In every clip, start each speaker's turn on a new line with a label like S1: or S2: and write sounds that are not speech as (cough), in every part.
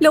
S1: Lo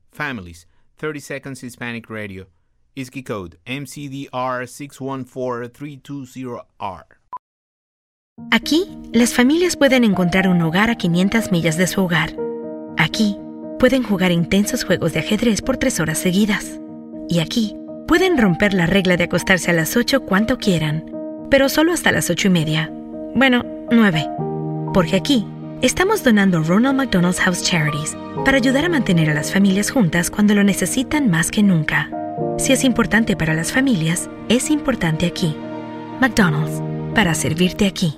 S2: Families, 30 Seconds Hispanic Radio. ISKI code MCDR614320R.
S3: Aquí, las familias pueden encontrar un hogar a 500 millas de su hogar. Aquí, pueden jugar intensos juegos de ajedrez por tres horas seguidas. Y aquí, pueden romper la regla de acostarse a las 8 cuanto quieran, pero solo hasta las 8 y media. Bueno, 9. Porque aquí, estamos donando Ronald McDonald's House Charities para ayudar a mantener a las familias juntas cuando lo necesitan más que nunca. Si es importante para las familias, es importante aquí. McDonald's, para servirte aquí.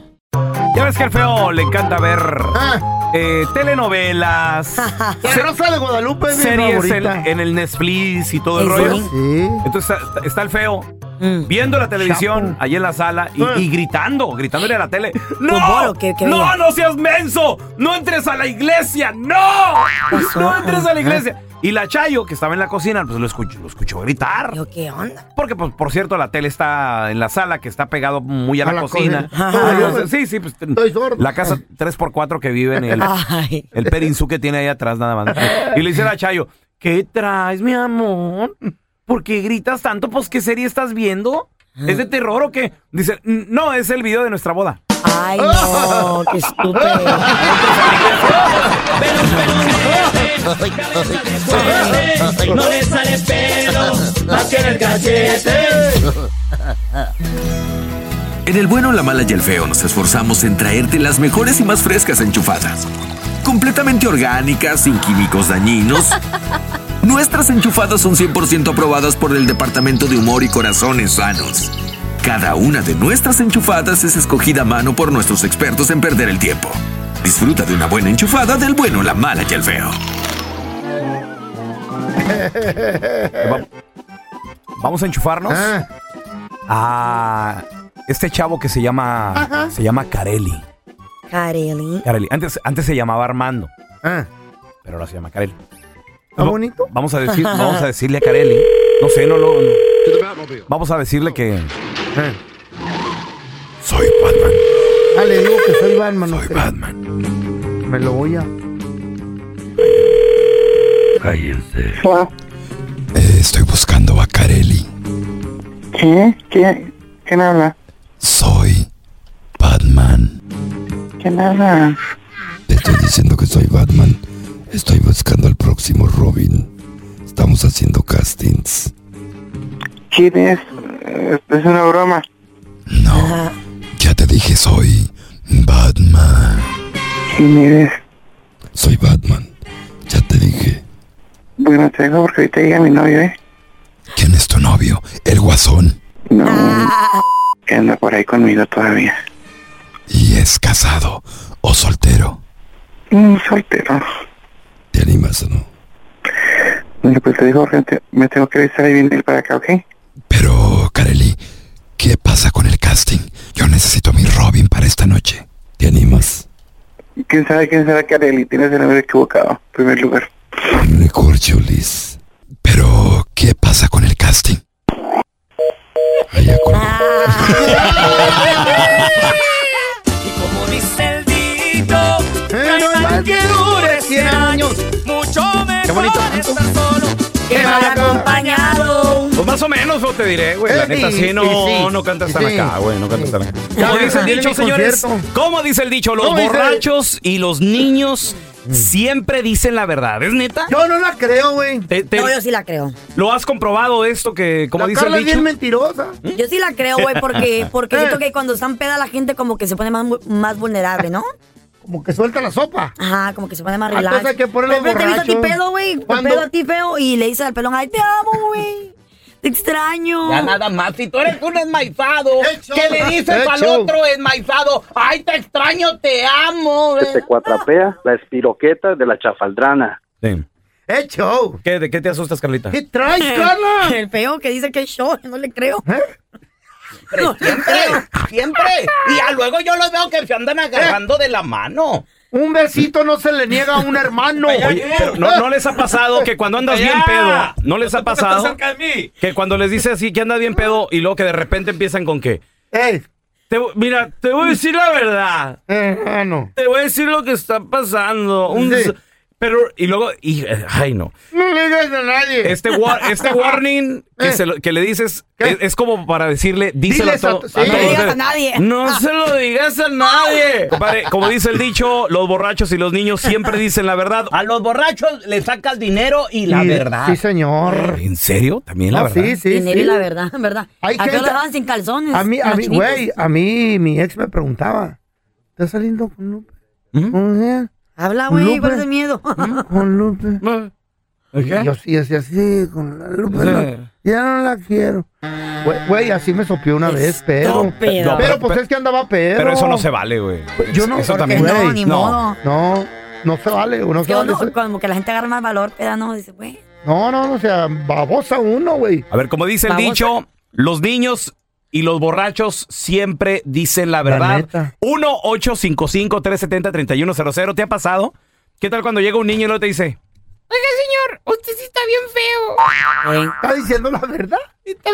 S4: Ya ves que al feo le encanta ver
S5: Ah.
S4: eh,
S5: (laughs)
S4: telenovelas,
S5: La Rosa de Guadalupe es Pues mi
S4: series en,
S5: (laughs) favorita.
S4: en el Netflix y todo el
S6: ¿En
S4: rollo.
S6: serio? Mm.
S5: Sí.
S4: Entonces está, está el feo viendo la televisión allí en la sala
S5: Ah.
S4: y, y gritando, gritándole a la
S5: (laughs)
S4: tele. ¡No!
S6: bolo que- que
S4: ¡No,
S6: veía.
S4: no seas menso! ¡No entres a la iglesia! ¡No! ¡No entres a la iglesia! Y la Chayo, que estaba en la cocina, pues lo escuchó, lo escuchó gritar.
S6: Yo, ¿qué onda?
S4: Porque, pues, por cierto, la tele está en la sala, que está pegado muy a, la, cocina.
S5: cocina.
S4: Ajá.
S5: Ay, yo-
S4: sí, sí, pues,
S5: Estoy sordo.
S4: la casa 3x4 que vive en el,
S6: Ay.
S4: el Perinzú que tiene ahí atrás nada más. Y le dice a Chayo, ¿qué traes, mi amor? ¿Por qué gritas tanto? Pues, ¿qué serie estás viendo? ¿Es de terror o qué? Dice, no, es el video de nuestra boda.
S6: Ay,
S4: (laughs)
S6: no, qué estúpido.
S7: No le sale pelo más que en el cachete.
S8: En el bueno, la mala y el feo nos esforzamos en traerte las mejores y más frescas enchufadas. Completamente orgánicas, sin químicos dañinos. Nuestras enchufadas son 100% aprobadas por el Departamento de Humor y Corazones Sanos. Cada una de nuestras enchufadas es escogida a mano por nuestros expertos en perder el tiempo. Disfruta de una buena enchufada del bueno, la mala y el feo.
S4: Vamos a enchufarnos.
S5: Ah,
S4: a este chavo que se llama se llama Carelli.
S6: Kareli.
S4: Carelli. Antes, antes se llamaba Armando,
S5: ah.
S4: pero ahora se llama Carelli.
S5: ¿Está bonito?
S4: Vamos a
S5: (laughs)
S4: decir, vamos a decirle a Carelli. No sé, no lo. Vamos a decirle que.
S5: Ah.
S4: Soy Batman.
S5: Ah, le digo que soy Batman. no sé.
S4: Batman.
S5: Me lo voy a...
S8: Cállense.
S9: Eh, estoy buscando a Carelli.
S10: ¿Sí? ¿Quién, quién habla?
S9: Soy Batman.
S10: ¿Quién habla?
S9: Te estoy diciendo que soy Batman. Estoy buscando al próximo Robin. Estamos haciendo castings.
S10: ¿Quién es? Eh, Es una broma.
S9: No, ya te dije, soy Batman.
S10: ¿Quién eres?
S9: Soy Batman. Ya te dije.
S10: Bueno, te dejo porque ahorita llega mi novio, ¿eh?
S9: ¿Quién es tu novio? El guasón.
S10: No. Que anda por ahí conmigo todavía.
S9: ¿Y es casado o soltero?
S10: Mm, soltero.
S9: ¿Te animas o no?
S10: Bueno, pues te dejo porque te- me tengo que avisar y venir para acá, ¿ok?
S9: Pero, Kareli, ¿qué pasa con el casting? Yo necesito a mi Robin para esta noche. ¿Te animas?
S10: ¿Quién sabe quién será Kareli? Tienes el nombre equivocado, en primer lugar.
S9: Recorcholis. Pero, ¿qué pasa con el casting? Ay, ya colgó.
S7: Como dice el dito,
S5: Eh, no es mal que dure 100 años.
S7: mucho mejor
S5: bonito.
S7: estar solo
S5: Que mal
S7: acompañado.
S4: Pues más o menos, o te diré, güey. La
S5: Eh,
S4: neta,
S5: y-
S4: sí, no,
S5: y sí.
S4: no cantas tan
S5: Y sí.
S4: acá, güey. No cantas tan acá.
S5: Ya,
S4: Como dice el
S5: viene
S4: dicho,
S5: mi
S4: señores.
S5: concierto.
S4: Como dice el dicho, los
S5: ¿Cómo dice?
S4: borrachos y los niños siempre dicen la verdad. ¿Es neta?
S5: Mm. No, no la creo, güey.
S11: No, yo sí la creo.
S4: ¿Lo has comprobado esto que, como
S5: La
S4: dice
S5: Carla
S4: el
S5: es
S4: dicho?
S5: bien mentirosa. Eh.
S11: Yo sí la creo, güey, porque, porque siento que cuando están peda la gente como que se pone más, más vulnerable, ¿no?
S5: Como que suelta la sopa.
S11: Ajá, como que se pone más
S5: Ah, entonces
S11: relax.
S5: hay que ponerlo
S11: Pero te he visto a ti
S5: borracho.
S11: pedo, güey. Te
S5: ¿Cuándo?
S11: pedo a ti feo y le dices al pelón, ay, te amo, güey. Te extraño.
S7: Ya nada más, si tú eres un esmaizado, que le dices
S12: Hecho.
S7: al otro esmaizado, ay, te extraño, te amo. eh.
S12: Se te cuatrapea la espiroqueta de la chafaldrana.
S5: ¡Eh, show!
S4: ¿Qué, ¿De qué te asustas, Carlita?
S5: traes, Carla?
S11: (laughs) El feo que dice que es show, yo no le creo.
S7: Siempre, siempre. Y ya luego yo los veo que se andan agarrando de la mano.
S5: Un besito no se le niega a un hermano.
S4: Oye, pero ¿no, no les ha pasado que cuando andas bien
S5: Allá.
S4: pedo, no les ha pasado que cuando les dices así que andas bien pedo y luego que de repente empiezan con que, te vo- mira, te voy a decir la verdad,
S5: ah, no.
S4: te voy a decir lo que está pasando, un
S5: Sí.
S4: des- pero y luego, y, eh, ay no,
S5: No le digas a nadie.
S4: este, war-
S5: (laughs)
S4: este warning que,
S5: Eh.
S4: se lo- que le dices es, es como para decirle, díselo
S5: Diles
S4: a,
S5: a
S4: todo-
S5: tu- sí.
S4: a todos
S5: No le digas a
S4: ustedes.
S11: nadie. Ah.
S4: No se lo digas a nadie. Compadre, como dice el dicho, los borrachos y los niños siempre dicen la verdad.
S7: A los borrachos le sacas dinero y la
S4: Y-
S7: verdad.
S5: Sí, señor.
S4: ¿En serio? También
S5: Ah,
S4: la verdad.
S5: sí, sí,
S11: Dinero
S5: sí.
S11: y la verdad, (laughs) en verdad.
S5: Hay
S11: Acá
S5: gente-
S11: lo dejaban sin calzones.
S5: A mí, a mí,
S11: machinitos.
S5: güey, a mí mi ex me preguntaba, ¿estás saliendo con Lupe?
S4: ¿Mm?
S5: ¿Con quién?
S11: Habla,
S5: ¿Con
S11: güey,
S5: Lupe?
S11: ¿cuál es el miedo?
S5: (laughs) Con
S11: (laughs)
S5: Lupe. Y Yo sí, así, así, con la Lupe. no, ya no la quiero. Güey, Güey, así me sopió una vez, pero.
S4: No, pero-
S5: pero, pues es que andaba pedo.
S4: Pero eso no se vale, güey.
S5: Yo no,
S4: eso
S5: ¿por qué
S4: también.
S5: no?
S4: Güey,
S5: Ni
S11: modo.
S5: No, no se vale, uno se
S11: Que
S5: vale.
S11: uno- como que la gente agarra más valor, peda, no, dice, güey.
S5: No, no, no, o sea, babosa uno, güey.
S4: A ver, como dice el
S5: Vamos.
S4: dicho, los niños y los borrachos siempre dicen la verdad. 1-855-370-3100. ¿Te ha pasado? ¿Qué tal cuando llega un niño y luego te dice?
S13: Oiga, señor, usted sí está bien feo.
S5: ¿Está diciendo la verdad?
S13: Está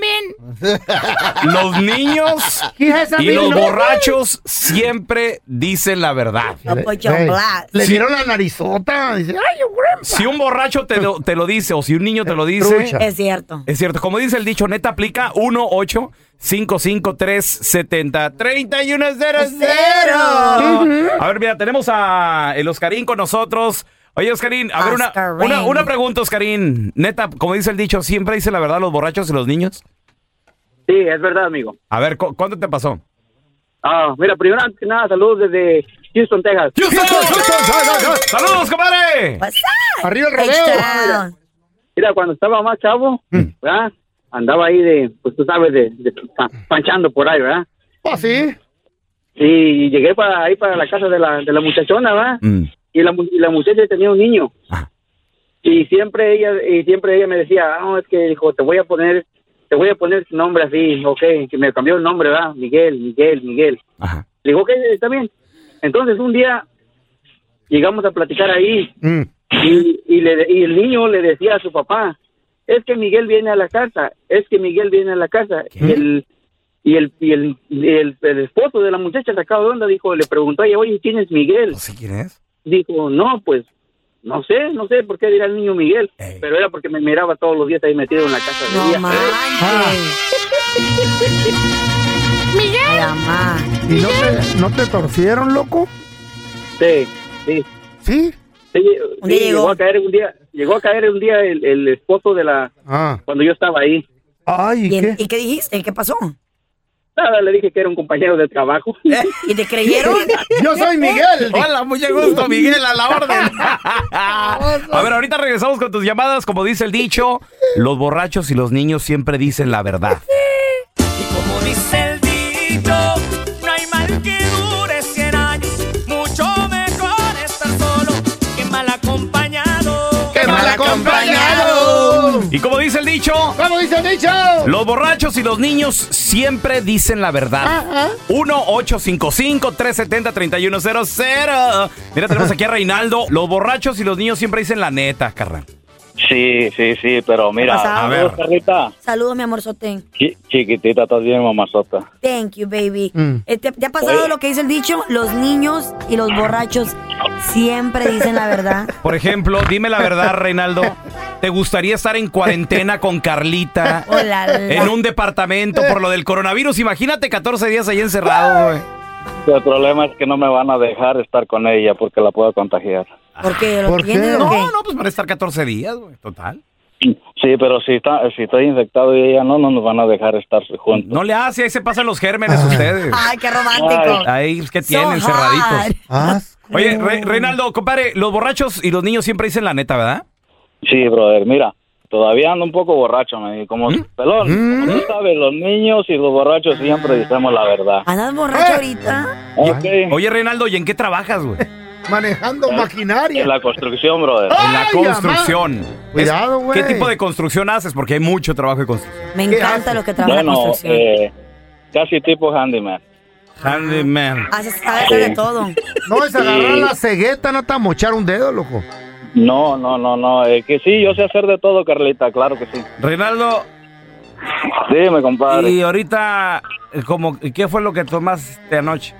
S13: bien Arizona, aparte
S5: (laughs)
S13: también.
S4: Los niños y los borrachos siempre dicen la verdad.
S5: Güey, Le dieron la narizota. Dice, "Ah, pues". ay, güey.
S4: Si un borracho te lo, te lo dice o si un niño te lo dice,
S11: Es cierto.
S4: Es cierto, como dice el dicho, neta aplica 1 8 A ver, mira, tenemos a el Oscarín con nosotros. Oye, Oscarín, a ver, una,
S11: Oscarín.
S4: una, una pregunta, Oscarín. Neta, como dice el dicho, ¿siempre dicen la verdad los borrachos y los niños?
S14: Sí, es verdad, amigo.
S4: A ver, ¿cu- ¿cuándo te pasó?
S14: Ah, mira, primero antes que nada, saludos desde Houston, Texas.
S4: ¡Saludos, compadre!
S5: ¡Arriba
S14: el rodeo! Mira, mira, cuando estaba más chavo,
S5: Mm.
S14: ¿verdad? Andaba ahí de, pues tú sabes, de, de pa- panchando por ahí, ¿verdad?
S5: Ah, sí.
S14: Y llegué para ahí para la casa de la, de la muchachona, ¿verdad?
S4: Mm.
S14: Y la, mu- y la muchacha tenía un niño. Y siempre ella y siempre ella me decía, "Ah, es que dijo, te voy a poner te voy a poner tu nombre así, ok, que me cambió el nombre, ¿verdad? Miguel, Miguel, Miguel. Le digo, ok, está bien. Entonces un día llegamos a platicar ahí y, y le- y el niño le decía a su papá, es que Miguel viene a la casa, es que Miguel viene a la casa. Y el, y, el, y el- y el- el esposo de la muchacha sacado de onda dijo, le preguntó a ella, oye, ¿quién es Miguel?
S4: ¿Quién es?
S14: Dijo, no, pues, no sé, no sé por qué dirá el niño Miguel, pero era porque me miraba todos los días ahí metido en la casa. de ella.
S13: (laughs)
S5: Ah,
S13: Miguel.
S5: ¿Y no te, no te torcieron, loco?
S14: Sí, sí.
S5: ¿Sí?
S14: Sí,
S5: Un día
S14: sí,
S5: llegó.
S14: llegó a caer un día, llegó a caer un día el, el esposo de la,
S5: Ah.
S14: cuando yo estaba ahí.
S5: Ay,
S11: ¿Y, el- ¿y qué dijiste? ¿Qué pasó?
S14: Nada, le dije que era un compañero de trabajo.
S11: (laughs) ¿Y te creyeron?
S5: (laughs) Yo soy Miguel.
S4: Hola, mucho gusto, Miguel, a la
S5: (laughs)
S4: orden. A ver, ahorita regresamos con tus llamadas. Como dice el dicho, los borrachos y los niños siempre dicen la verdad.
S15: Como dice el dicho, no hay mal que dure 100 años. Mucho mejor estar solo que mal acompañado.
S5: ¡Qué mal acompañado!
S4: Y como dice el dicho,
S5: ¿Cómo dice el dicho?
S4: los borrachos y los niños siempre dicen la
S5: Ah,
S4: verdad. 1-855-370-3100. Mira, tenemos aquí a Reinaldo. Los borrachos y los niños siempre dicen la neta, carnal.
S16: Sí, sí, sí, pero mira,
S11: pasado?
S16: a
S17: Pues,
S16: ver, Carlita,
S11: Saludos, mi amor Soten.
S16: chi- chiquitita, estás bien, mamazota.
S11: Thank you, baby.
S16: Mm.
S11: Eh, ¿Te, te ha pasado lo que dice el dicho? Los niños y los borrachos siempre dicen la verdad.
S4: Por ejemplo, dime la verdad, Reinaldo. ¿Te gustaría estar en cuarentena con Carlita (laughs)
S11: Hola, la.
S4: en un departamento por lo del coronavirus? Imagínate 14 días ahí encerrado, güey.
S16: El problema es que no me van a dejar estar con ella porque la puedo contagiar.
S11: ¿Por qué? ¿Lo
S5: Eh.
S11: tiene o qué?
S4: No, no, pues van a estar 14 días, güey, Pues, total.
S16: Sí, pero si, está, si estoy infectado y ella no, no nos van a dejar estar juntos.
S4: No le hace, ahí se pasan los gérmenes ustedes.
S11: Ay, qué romántico.
S4: Ahí, pues, ¿qué tienen?
S11: hot.
S4: Cerraditos. Oye, Re- Reinaldo, compadre, los borrachos y los niños siempre dicen la neta, ¿verdad?
S16: Sí, brother, mira, todavía ando un poco borracho, me dijo,
S4: ¿Mm?
S16: como pelón. Como tú sabes, los niños y los borrachos siempre decimos la verdad.
S11: ¿Andas borracho ahorita?
S16: Ok.
S4: Oye, Reinaldo, ¿y en qué trabajas, güey?
S5: Manejando maquinaria.
S16: En la construcción, brother.
S4: En la construcción. Es-
S5: Cuidado, güey.
S4: ¿Qué tipo de construcción haces? Porque hay mucho trabajo de construcción.
S11: Me encanta los que trabajan en
S16: Bueno,
S11: construcción.
S16: eh, casi tipo handyman.
S4: Handyman.
S11: Haces haces
S4: (laughs)
S11: de
S16: Sí.
S11: todo.
S5: No, es agarrar la cegueta, no está mochar un dedo, loco.
S16: No, no, no, no. eh, que sí, yo sé hacer de todo, Carlita, claro que sí.
S4: Reinaldo.
S16: Dime, compadre.
S4: Y ahorita, eh, como, ¿qué fue lo que tomaste anoche?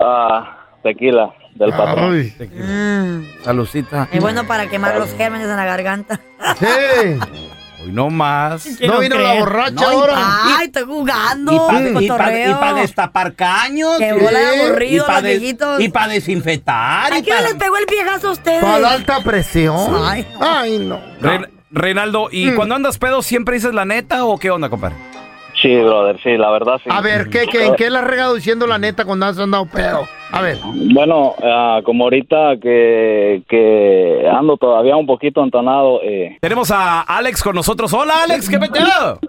S16: Ah, tequila del patrón.
S4: Salucita.
S11: Es Eh, bueno para quemar los gérmenes en la garganta.
S4: Hoy no más.
S11: No, y- Ay, estoy jugando.
S7: Y para
S11: cotorreo.
S7: destapar caños.
S11: Qué bola de
S7: ¿eh?
S11: aburrido,
S7: Y pa'
S11: los
S7: des-
S11: viejitos.
S7: Y para desinfectar.
S11: ¿A
S7: y
S11: quién
S7: pa-
S11: les pegó el viejazo a ustedes?
S5: Para la alta presión.
S11: Ay,
S5: no. Ay, no. Mm.
S4: Re- Reinaldo, ¿y cuando andas pedo siempre dices la neta o qué onda, compadre?
S16: Sí, brother, sí, la verdad sí.
S5: A ver, ¿qué, qué, ¿en qué la has regado diciendo la neta cuando has andado pedo? A ver.
S16: Bueno, ah, como ahorita que, que ando todavía un poquito entonado. Eh,
S4: Tenemos a Alex con nosotros. Hola, Alex, ¿qué metido?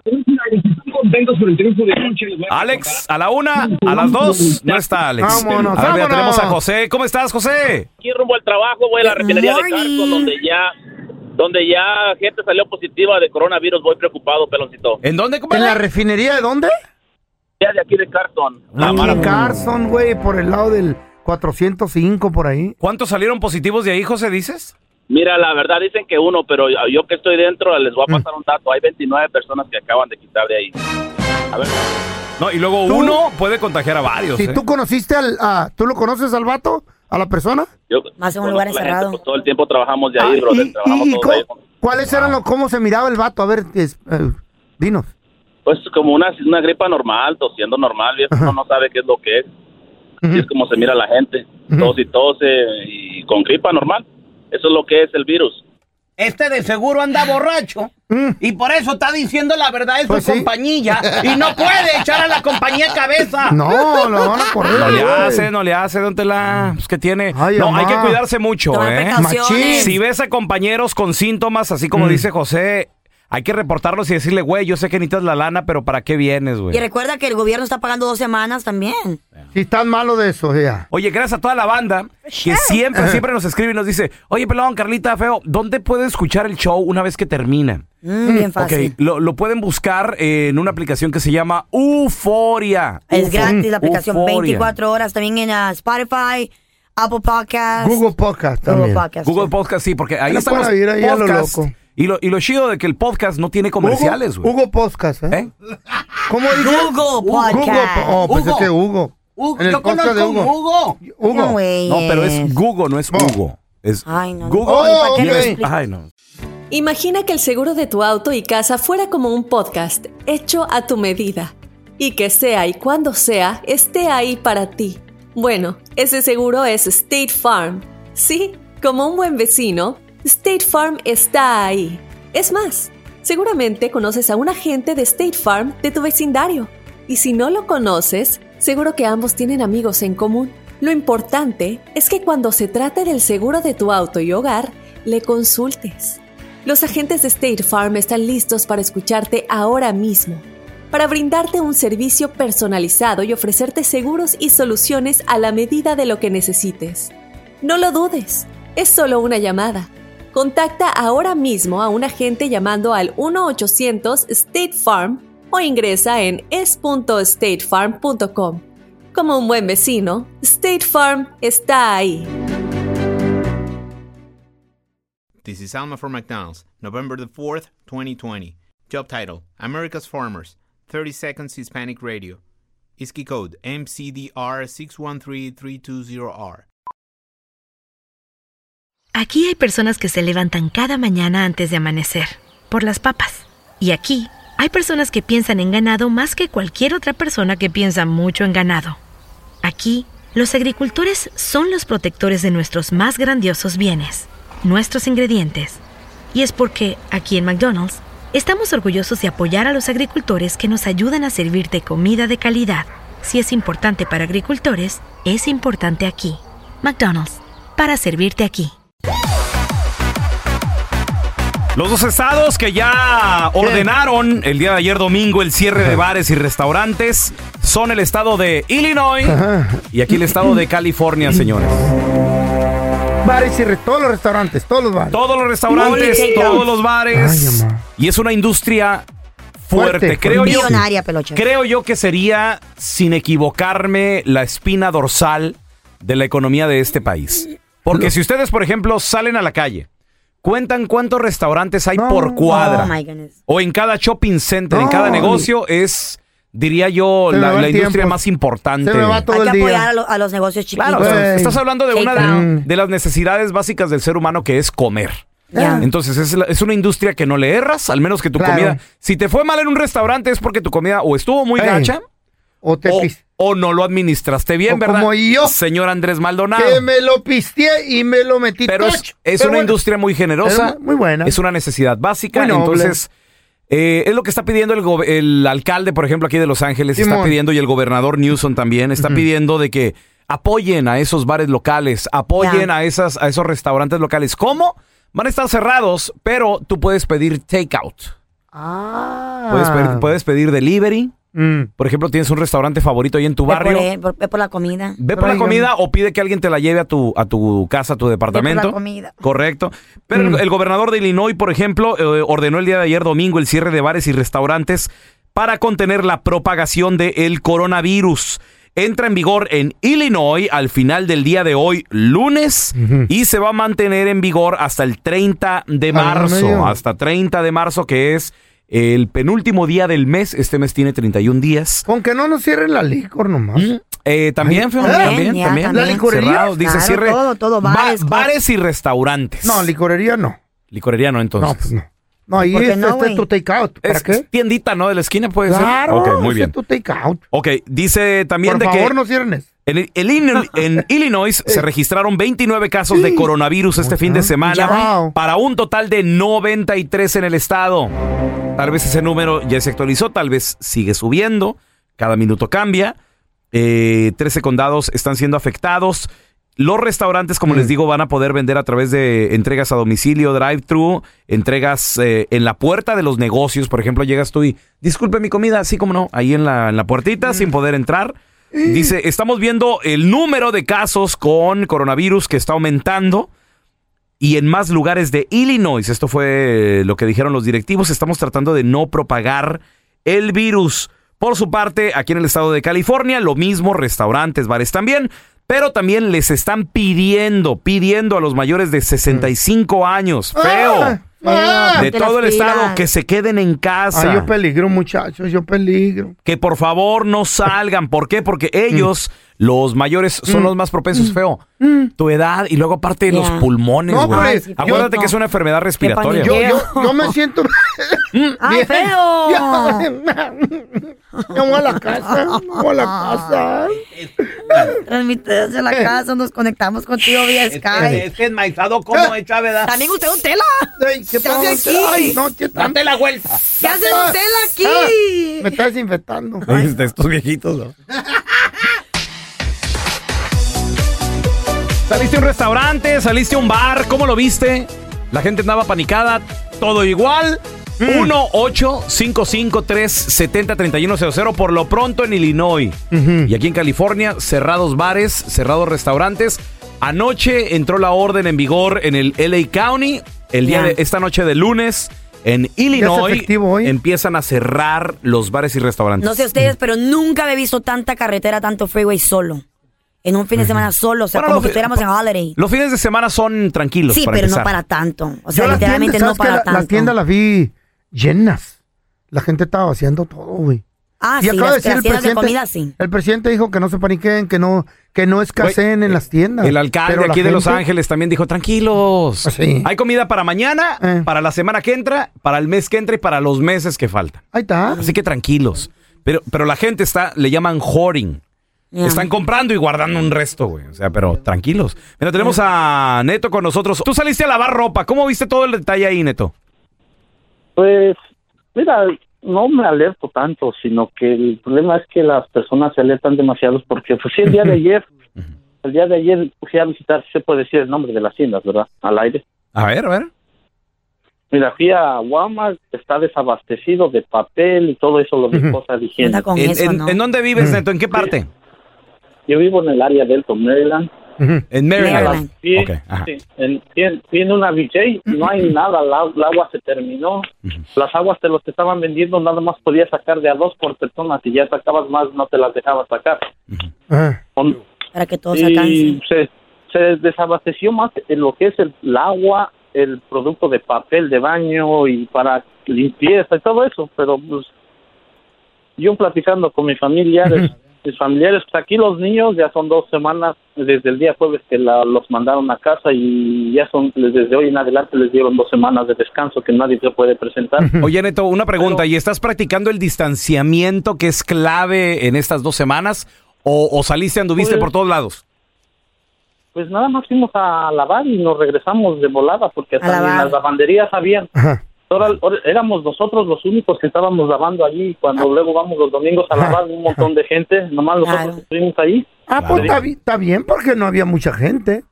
S18: contentos por el triunfo de Concha.
S4: Alex, a la una, a las dos, no está Alex.
S18: Vámonos,
S4: a ver,
S18: vámonos.
S4: tenemos a José. ¿Cómo estás, José?
S19: Aquí rumbo al trabajo, voy a la refinería de Carco, donde ya, donde ya gente salió positiva de coronavirus. Voy preocupado, peloncito.
S4: ¿En dónde,
S5: ¿En la refinería de dónde?
S19: Ya de aquí de Carson.
S5: en Carson, güey, por el lado del 405, por ahí.
S4: ¿Cuántos salieron positivos de ahí, José, dices?
S19: Mira, la verdad dicen que uno, pero yo que estoy dentro les
S4: Mm.
S19: voy a pasar un dato. Hay 29 personas que acaban de quitar de ahí. A ver.
S4: No, y luego uno puede contagiar a varios.
S5: Si
S4: ¿eh?
S5: tú conociste al... a- ¿Tú lo conoces al vato? ¿A la persona?
S19: Yo
S11: Más en un
S19: conozco
S11: lugar
S19: a la gente,
S11: encerrado. Ah,
S19: pues, todo el tiempo trabajamos de ahí, brother, trabajamos
S5: ¿Y
S19: todos
S5: cómo-
S19: ahí.
S5: cuáles eran los... ¿Cómo se miraba el vato? A ver, es- eh, dinos.
S19: Pues como una, una gripa normal, tosiendo normal, viejo, uno no sabe qué es lo que es. Así es como se mira la gente, tos y tose y con gripa normal. Eso es lo que es el virus.
S7: Este de seguro anda borracho.
S5: Mm.
S7: Y por eso está diciendo la verdad de su
S5: Pues
S7: compañía. Y no puede echar a la compañía cabeza.
S5: No, lo van a correr.
S4: No le
S5: güey.
S4: hace, no le hace, don Tela. Pues que tiene. no,
S5: mamá.
S4: hay que cuidarse mucho,
S5: Tome
S4: ¿eh?
S5: precauciones. Machín. Mm.
S4: Si ves a compañeros con síntomas, así como dice José, hay que reportarlos y decirle, güey, yo sé que necesitas la lana, pero ¿para qué vienes,
S11: Y
S4: güey?
S11: recuerda que el gobierno está pagando dos semanas también.
S5: Si están malos de eso, ya.
S4: Oye, gracias a toda la banda que
S5: Eh.
S4: siempre, siempre nos escribe y nos dice, oye, pelón, Carlita, feo, ¿dónde puede escuchar el show una vez que termina?
S11: Mm, bien fácil.
S4: Ok, lo, lo pueden buscar en una aplicación que se llama Euforia.
S11: Es gratis la aplicación, 24 horas también en ah, Spotify, Apple Podcasts.
S5: Google Podcast
S11: Google
S4: También.
S11: Podcast.
S4: Google Podcast, sí, porque ahí
S5: Pero
S4: están los
S5: para ir ahí a lo
S4: podcasts.
S5: loco.
S4: Y lo, y lo chido de que el podcast no tiene comerciales,
S5: Hugo,
S4: güey.
S5: Hugo Podcast, ¿eh? ¿Cómo dice?
S11: Hugo Podcast.
S5: Hugo, oh, pues
S11: Hugo.
S5: es que Hugo.
S11: Hugo,
S5: En el
S11: yo
S5: podcast
S11: conozco
S5: de
S11: un
S5: Hugo.
S11: Hugo.
S5: Hugo.
S11: No, güey. Oh,
S4: No, pero es Google, no es Hugo. Es
S11: Ay, no.
S4: Google.
S1: Oh, ¿para qué
S4: Y
S1: lo
S4: es-
S1: explicas?
S4: Ay, no.
S1: Imagina que el seguro de tu auto y casa fuera como un podcast hecho a tu medida y que sea y cuando sea esté ahí para ti. Bueno, ese seguro es State Farm. Sí, como un buen vecino, State Farm está ahí. Es más, seguramente conoces a un agente de State Farm de tu vecindario y si no lo conoces, seguro que ambos tienen amigos en común. Lo importante es que cuando se trate del seguro de tu auto y hogar, le consultes. Los agentes de State Farm están listos para escucharte ahora mismo, para brindarte un servicio personalizado y ofrecerte seguros y soluciones a la medida de lo que necesites. No lo dudes, es solo una llamada. Contacta ahora mismo a un agente llamando al 1-800 State Farm o ingresa en es.statefarm.com. Como un buen vecino, State Farm está ahí.
S2: This is Alma for McDonald's, November the 4th, 2020. Job title America's Farmers, 30 Seconds Hispanic Radio. ISKI code MCDR613320R.
S3: Aquí hay personas que se levantan cada mañana antes de amanecer, por las papas. Y aquí hay personas que piensan en ganado más que cualquier otra persona que piensa mucho en ganado. Aquí, los agricultores son los protectores de nuestros más grandiosos bienes, nuestros ingredientes. Y es porque, aquí en McDonald's, estamos orgullosos de apoyar a los agricultores que nos ayudan a servirte comida de calidad. Si es importante para agricultores, es importante aquí. McDonald's, para servirte aquí.
S4: Los dos estados que ya ordenaron el día de ayer domingo el cierre de bares y restaurantes son el estado de Illinois y aquí el estado de California, señores.
S5: Bares y re- todos los restaurantes, todos los bares.
S4: Todos los restaurantes,
S5: Holy cow.
S4: todos los bares y es una industria fuerte,
S11: Fuerte,
S4: creo yo.
S11: Millonaria, peloche.
S4: Creo yo que sería, sin equivocarme, la espina dorsal de la economía de este país. Porque si ustedes, por ejemplo, salen a la calle, cuentan cuántos restaurantes hay por cuadra.
S11: Oh, my goodness.
S4: O en cada shopping center, en cada
S11: No,
S4: negocio, es, diría yo,
S11: Se me
S4: la,
S11: va el
S4: la industria
S11: tiempo.
S4: más importante.
S11: Hay que apoyar a, lo- a los negocios chiquitos.
S4: Claro, o sea, estás hablando de
S11: Take
S4: una
S11: down.
S5: Mm.
S4: de, de las necesidades básicas del ser humano que es comer.
S11: Ya.
S4: Entonces es, la- es una industria que no le erras, al menos que tu
S5: Claro.
S4: comida... Si te fue mal en un restaurante es porque tu comida o estuvo muy
S5: Ey.
S4: gacha
S5: o,
S4: o no lo administraste bien,
S5: O
S4: ¿verdad?
S5: como yo.
S4: Señor Andrés Maldonado.
S5: Que me lo pisteé y me lo metí
S4: Pero es,
S5: tocho.
S4: es
S5: Pero
S4: una
S5: bueno.
S4: industria muy generosa.
S5: Pero muy buena.
S4: Es una necesidad básica.
S5: Muy noble.
S4: entonces, eh, es lo que está pidiendo el, gobe- el alcalde, por ejemplo, aquí de Los Ángeles, está
S5: Simón.
S4: pidiendo, y el gobernador Newsom también, está pidiendo de que apoyen a esos bares locales, apoyen
S5: Ya.
S4: a, esas, a esos restaurantes locales. ¿Cómo? Van a estar cerrados, pero tú puedes pedir takeout. Puedes,
S5: Ah.
S4: pedir- puedes pedir delivery.
S5: Mm.
S4: Por ejemplo, tienes un restaurante favorito ahí en tu
S11: Ve por,
S4: barrio.
S11: él, por- ve por la comida.
S4: Ve por la comida o pide que alguien te la lleve a tu, a tu casa, a tu departamento.
S11: comida.
S4: Correcto. Pero
S5: Mm.
S4: el, el gobernador de Illinois, por ejemplo, eh, ordenó el día de ayer domingo el cierre de bares y restaurantes para contener la propagación del coronavirus. Entra en vigor en Illinois al final del día de hoy, lunes, y se va a mantener en vigor hasta el 30
S5: Ah,
S4: de marzo.
S5: medio.
S4: Hasta 30 de marzo, que es el penúltimo día del mes. Este mes tiene 31 días.
S5: Con que no nos cierren la licor nomás.
S4: Eh, también,
S5: Ay,
S4: feo,
S5: ¿eh?
S4: también,
S5: Ya,
S4: también.
S5: ¿La licorería?
S4: Cerrados, dice
S5: Claro,
S4: cierre.
S5: todo, todo,
S4: ba-
S5: bares,
S4: bares, y restaurantes.
S5: No, licorería no.
S4: Licorería no, entonces.
S5: No, pues no. No, ahí este, este es tu takeout. ¿Para
S4: Es
S5: qué?
S4: tiendita, ¿no? De la esquina puede
S5: Claro,
S4: ser. Ok, muy
S5: ese
S4: bien.
S5: es tu takeout.
S4: Ok, dice también
S5: Por
S4: de
S5: favor,
S4: que...
S5: no Eh. cierren eso.
S4: En, el- el Illino-
S5: (laughs)
S4: en Illinois se registraron 29 casos de coronavirus este fin de semana para un total de 93 en el estado. Tal vez ese número ya se actualizó, tal vez sigue subiendo, cada minuto cambia. Eh, 13 condados están siendo afectados. Los restaurantes, como les digo, van a poder vender a través de entregas a domicilio, drive-thru, entregas eh, en la puerta de los negocios. Por ejemplo, llegas tú y, disculpe mi comida, así como no, ahí en la, en la puertita, sin poder entrar. Dice, estamos viendo el número de casos con coronavirus que está aumentando y en más lugares de Illinois. Esto fue lo que dijeron los directivos. Estamos tratando de no propagar el virus. Por su parte, aquí en el estado de California, lo mismo, restaurantes, bares también, pero también les están pidiendo, pidiendo a los mayores de 65 años, feo,
S5: Ah,
S4: de
S5: ponte
S4: todo el
S5: las pilas.
S4: estado, que se queden en casa
S5: Ah, yo peligro, muchachos, yo peligro.
S4: que por favor no salgan. ¿Por qué? Porque ellos,
S5: Mm.
S4: los mayores, son los más propensos, feo. Tu edad y luego aparte los pulmones,
S5: No,
S4: güey.
S5: pues, yo-
S4: Acuérdate que es una enfermedad respiratoria.
S5: Yo, yo, yo me siento.
S11: ¡Ay,
S5: bien.
S11: feo!
S5: Yo voy a la casa, voy a la
S11: Ah.
S5: casa.
S11: Transmite desde
S5: Eh.
S11: la casa, nos conectamos contigo vía Skype.
S7: Este enmaizado,
S5: Eh.
S7: ¿cómo hecha, verdad?
S11: También usted un tela.
S5: ¿Qué
S11: hace
S5: pasa?
S11: aquí?
S5: Ay, no, ¿qué tal?
S7: Date la vuelta.
S11: ¿Qué hace
S5: Ah,
S11: usted
S5: ah,
S11: aquí?
S5: Me estás desinfectando.
S4: De estos viejitos, ¿no? (laughs) Saliste a un restaurante, saliste a un bar, ¿cómo lo viste? La gente andaba panicada, todo igual. 1 8 70 3100 por lo pronto en Illinois. Y aquí en California, cerrados bares, cerrados restaurantes. Anoche entró la orden en vigor en el LA County. El día
S5: Ya.
S4: de esta noche de lunes en Illinois
S5: efectivo
S4: empiezan a cerrar los bares y restaurantes.
S11: No sé ustedes, pero nunca había visto tanta carretera, tanto freeway solo. En un fin de semana solo, o sea,
S4: Bueno,
S11: como
S4: lo
S11: si
S4: que-
S11: estuviéramos en holiday.
S4: Los fines de semana son tranquilos.
S11: Sí,
S4: para
S11: pero no
S4: empezar.
S11: para tanto. O
S5: Yo
S11: sea,
S5: las
S11: literalmente
S5: tiendas,
S11: no
S5: ¿sabes qué?
S11: para
S5: La-
S11: tanto.
S5: Las tiendas las vi llenas. La gente estaba haciendo todo, güey.
S11: Ah,
S5: Y
S11: sí,
S5: acaba
S11: las,
S5: de decir
S11: las
S5: el
S11: tiendas
S5: presidente,
S11: de comida sí.
S5: el presidente dijo que no se paniquen, que no, que no escaseen en las tiendas.
S4: El alcalde
S5: Pero la
S4: aquí de Los
S5: gente- Ah,
S4: Ángeles también dijo, tranquilos.
S5: Sí. Ah.
S4: Hay comida para mañana, para la semana que entra, para el mes que entra y para los meses que faltan.
S5: Ahí está.
S4: Así que tranquilos. Pero, pero la gente está, le llaman hoarding.
S11: Ya.
S4: Están comprando y guardando un resto, güey. O sea, pero tranquilos. Mira, tenemos a Neto con nosotros. Tú saliste a lavar ropa. ¿Cómo viste todo el detalle ahí, Neto?
S20: Pues, mira, no me alerto tanto, sino que el problema es que las personas se alertan demasiado porque, pues sí, el
S4: (laughs)
S20: día de ayer, el día de ayer fui a visitar, si se puede decir el nombre de las tiendas, ¿verdad? Al aire.
S4: A ver, a ver.
S20: Mira, fui a Walmart, está desabastecido de papel y todo eso, lo de cosas de higiene.
S4: ¿En, en- en dónde vives, Neto? ¿En qué parte?
S20: Yo vivo en el área de Elton, Maryland.
S4: En Maryland.
S20: Sí,
S4: Ok, ajá.
S20: sí, en- sí, en- sí, en una BJ, no hay nada, la, el agua se terminó, las aguas te los estaban vendiendo, nada más podías sacar de a dos por persona, si ya sacabas más no te las dejabas sacar.
S11: Para que todos
S20: Y
S11: alcancen.
S20: se, se desabasteció más en lo que es el, el agua, el producto de papel de baño y para limpieza y todo eso, pero pues yo platicando con mis familiares, mis familiares, pues aquí los niños ya son dos semanas desde el día jueves que la- los mandaron a casa y ya son desde hoy en adelante les dieron dos semanas de descanso que nadie se puede presentar.
S4: (laughs) Oye, Neto, una pregunta. ¿Y estás practicando el distanciamiento que es clave en estas dos semanas? ¿O, o saliste, anduviste
S20: Pues-
S4: por todos lados?
S20: Pues nada más fuimos a lavar y nos regresamos de volada porque hasta ni las lavanderías habían. Ahora, ahora éramos nosotros los únicos que estábamos lavando allí. Cuando luego vamos los domingos a lavar, un montón de gente, nomás nosotros
S5: Claro.
S20: estuvimos ahí.
S5: Ah, pues está, bi- está bien porque no había mucha gente.